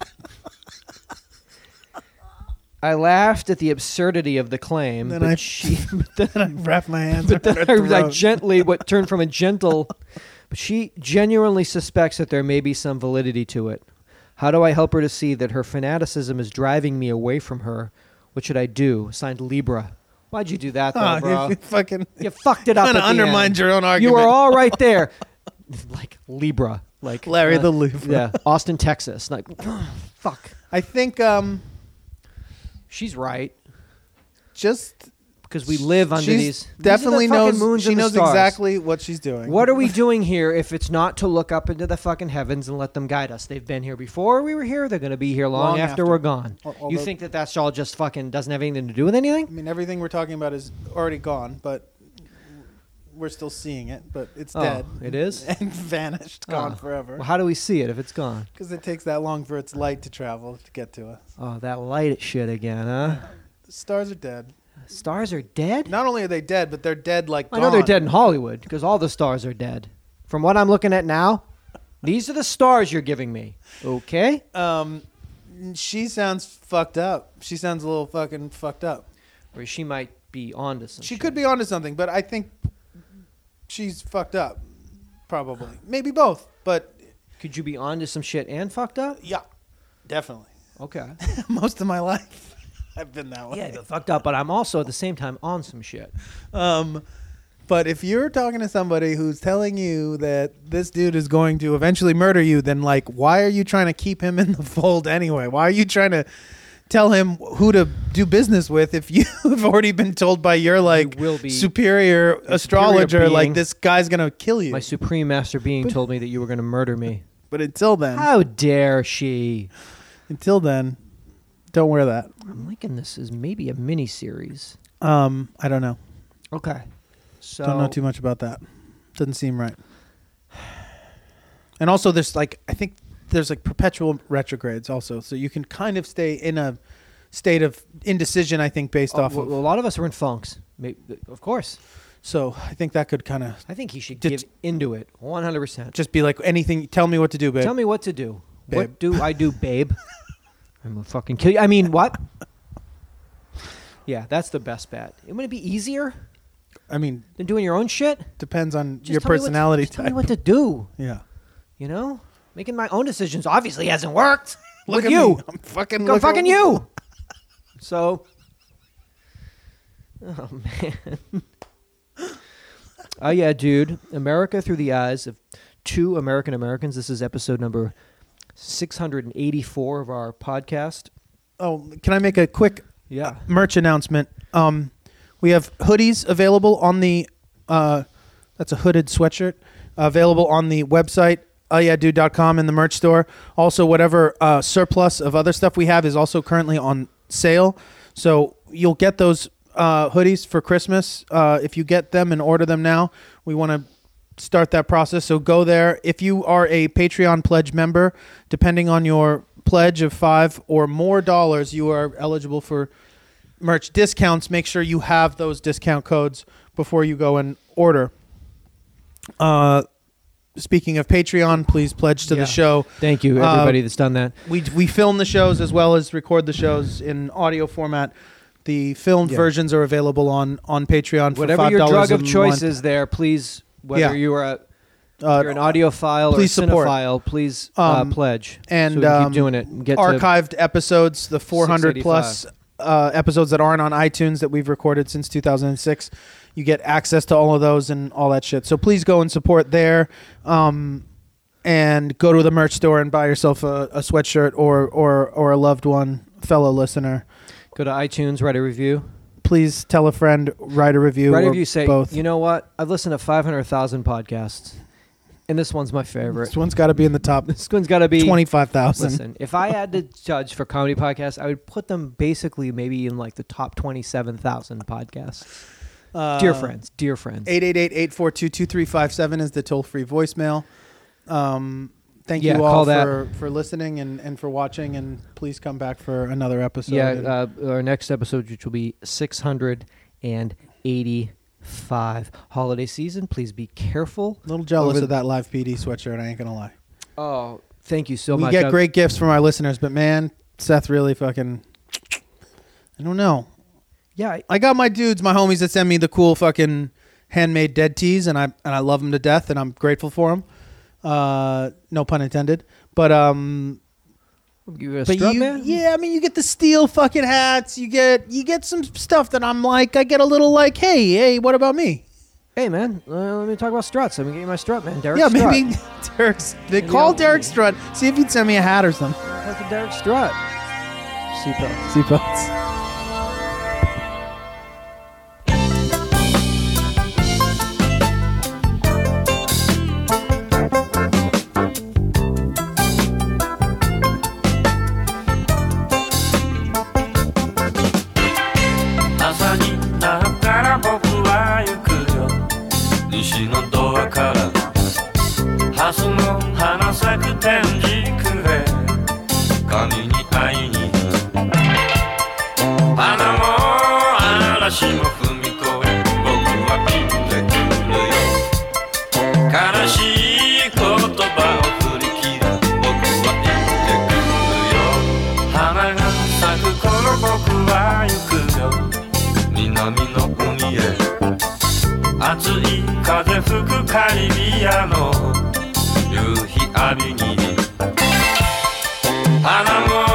I laughed at the absurdity of the claim,
Then
but
I-
she, but then I,
wrap my hands
but
around
then
her
I, I
throat.
gently what turned from a gentle, but she genuinely suspects that there may be some validity to it. How do I help her to see that her fanaticism is driving me away from her? What should I do? Signed Libra. Why'd you do that, though,
Ah,
bro?
you fucking
You fucked it up.
Kinda
at the
undermined
end.
your own
You
argument.
were all right there, like Libra, like uh,
Larry the Libra.
Yeah, Austin, Texas. Like, fuck.
I think um
She's right
just
because we live under
she's
these. these are the
definitely
fucking
knows
moons
she
and the
knows
stars.
exactly what she's doing.
What are we doing here if it's not to look up into the fucking heavens and let them guide us? They've been here before we were here. They're going to be here long,
Long
after,
after.
we're gone.
Al-
you
although-
think that that's all just fucking doesn't have anything to do with
I
anything?
mean everything we're talking about is already gone, but we're still seeing it, but it's
Oh,
dead.
it is?
and vanished, gone
Oh.
forever.
Well, how do we see it if it's gone?
Because it takes that long for its light to travel to get to us.
Oh, that light shit again, huh?
Stars are dead.
Stars are dead.
Not only are they dead, but they're dead like
I know they're
gone.
dead in Hollywood because all the stars are dead. From what I'm looking at now, these are the stars you're giving me. Okay?
Um, she sounds fucked up. She sounds a little fucking fucked up.
Or she might be onto something.
She could be onto something, but I think she's fucked up. Probably, maybe both, but
Could you be onto some shit and fucked up?
yeah, definitely.
Okay.
Most of my life, I've been that way.
yeah, but fucked up, but I'm also at the same time on some shit.
Um, but if you're talking to somebody who's telling you that this dude is going to eventually murder you, then like, why are you trying to keep him in the fold anyway? Why are you trying to tell him who to do business with if you have already been told by your like
will be-
superior astrologer
superior being-
like this guy's gonna kill you?
My supreme master being told me that you were going to murder me.
but until then,
How dare she?
until then, don't wear that.
I'm liking this is maybe a mini series.
Um, I don't know.
Okay. So
Don't know too much about that. Doesn't seem right. And also, there's like I think there's like perpetual retrogrades also, so you can kind of stay in a state of indecision. I think based
Oh,
off
well,
of
a lot of us are in funks. May- Of course.
so I think that could kind of
I think he should
Did-
give into it 100%.
just be like anything. Tell me what to do, babe.
Tell me what to do.
Babe.
What do I do, babe? I'm gonna fucking kill you. I mean, what? Yeah, that's the best bet. Wouldn't it be easier
I mean,
than doing your own shit?
depends on
Just
your
tell me what-
personality
just Tell me
type.
what to do.
yeah.
You know, making my own decisions obviously hasn't worked.
Look
With
at
you.
me. I'm fucking.
Go
look
fucking
at-
you. So, oh man. Oh yeah, dude. America through the eyes of two American Americans. This is episode number six hundred and eighty-four of our podcast.
Oh, can I make a quick
Yeah.
merch announcement. Um, we have hoodies available on the. Uh, that's a hooded sweatshirt available on the website ohyeahdude.com in the merch store. Also, whatever uh, surplus of other stuff we have is also currently on sale. So you'll get those uh, hoodies for Christmas uh, if you get them and order them now. We want to start that process. So go there. If you are a Patreon pledge member, depending on your pledge of five or more dollars, you are eligible for merch discounts. Make sure you have those discount codes before you go in order. Uh, speaking of Patreon, please pledge to
Yeah.
the show.
Thank you,
Uh,
everybody that's done that.
We we film the shows as well as record the shows in audio format. The filmed
Yeah.
versions are available on on Patreon for
Whatever
five
your
dollars
drug
a
of choice
month.
is, there, please. Whether
Yeah.
you are a,
Uh,
you're an audiophile
please
or a
support.
cinephile, please
Um,
uh, pledge
and,
so we can
um,
keep doing it. And get to
archived episodes, the 400 plus uh, episodes that aren't on iTunes that we've recorded since 2006. You get access to all of those and all that shit. So please go and support there. Um, and go to the merch store and buy yourself a, a sweatshirt or, or, or a loved one, fellow listener.
go to iTunes, write a review.
Please tell a friend, write a review.
Right
or
if you say,
both.
you know what? I've listened to 500,000 podcasts, and this one's my favorite.
this one's got to be in the top
This one's got to be
25,000.
Listen, if I had to judge for comedy podcasts, I would put them basically maybe in like the top 27,000 podcasts.
Uh,
dear friends, dear friends.
888-842-2357 is the toll-free voicemail. Um, thank
Yeah,
you
call
all
that.
for, for listening and, and for watching and please come back for another episode.
yeah,
And
uh, our next episode, which will be 685. Holiday season, please be careful.
a little jealous
over-
of that live PD sweatshirt, I ain't gonna lie.
Oh, thank you so
we
much. Uh,
get
I-
great gifts from our listeners, but man, Seth really fucking I don't know.
Yeah, I-
I got my dudes, my homies that send me the cool fucking handmade dead tees, and I and I love them to death, and I'm grateful for them. Uh, no pun intended. But um,
you a
But
strut
you,
man?
yeah, I mean, you get the steel fucking hats. You get you get some stuff that I'm like, I get a little like, hey, hey, what about me?
Hey, man, uh, let me talk about struts. Let me get you my strut, man. Derek
yeah,
Strutt.
maybe Derek's. They
Maybe
call
I'll-
Derek Strut. See if he'd send me a hat or something.
That's a Derek Strut. Seatbelt.
Seatbelts.
朝になったら僕は行くよ西のドアからハスの花咲く天竺へ神に会いに花も嵐も踏み越え僕は生きてくるよ悲しい言葉を振り切る僕は生きてくるよ花が咲く頃僕は行くよ南の海へ熱い風吹くカリビアの夕日浴びに花も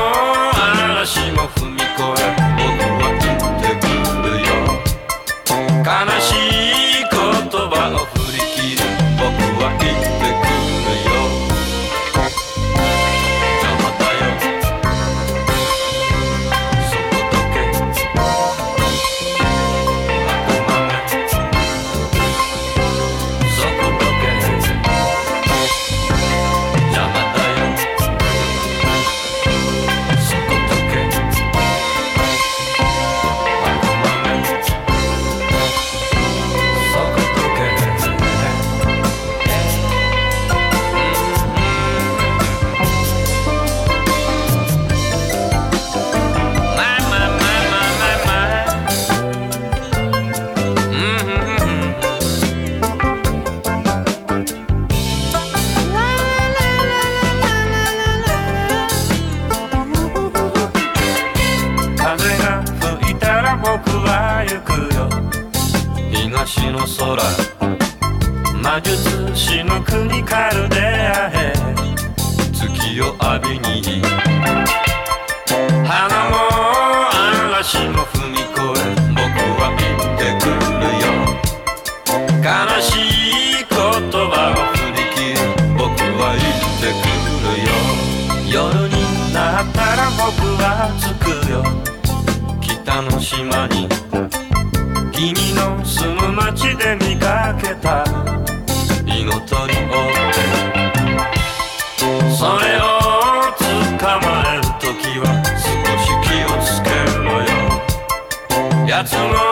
嵐も踏み越え僕は生きてくるよ悲しい言葉を振り切る僕は生きてくるよじゃあまたよそこだけ「そこどけ」「そこどけ」「そこどけ」「そこどけ」「邪魔だよ」「そこどけ」「あこまめ」「そこどけ」「まいまいまいまいまいまい」Mm-hmm, 風が吹いたら僕は行くよ東の空魔術師の国カルデアへ月を浴びに花も嵐も踏み越え僕は行ってくるよ悲しい言葉を振り切る僕は生きてくるよ夜になったら僕は着くよ北の島に君の住む町で見かけた犬鳥をそれを捕まえる時は少し気をつけろよ奴の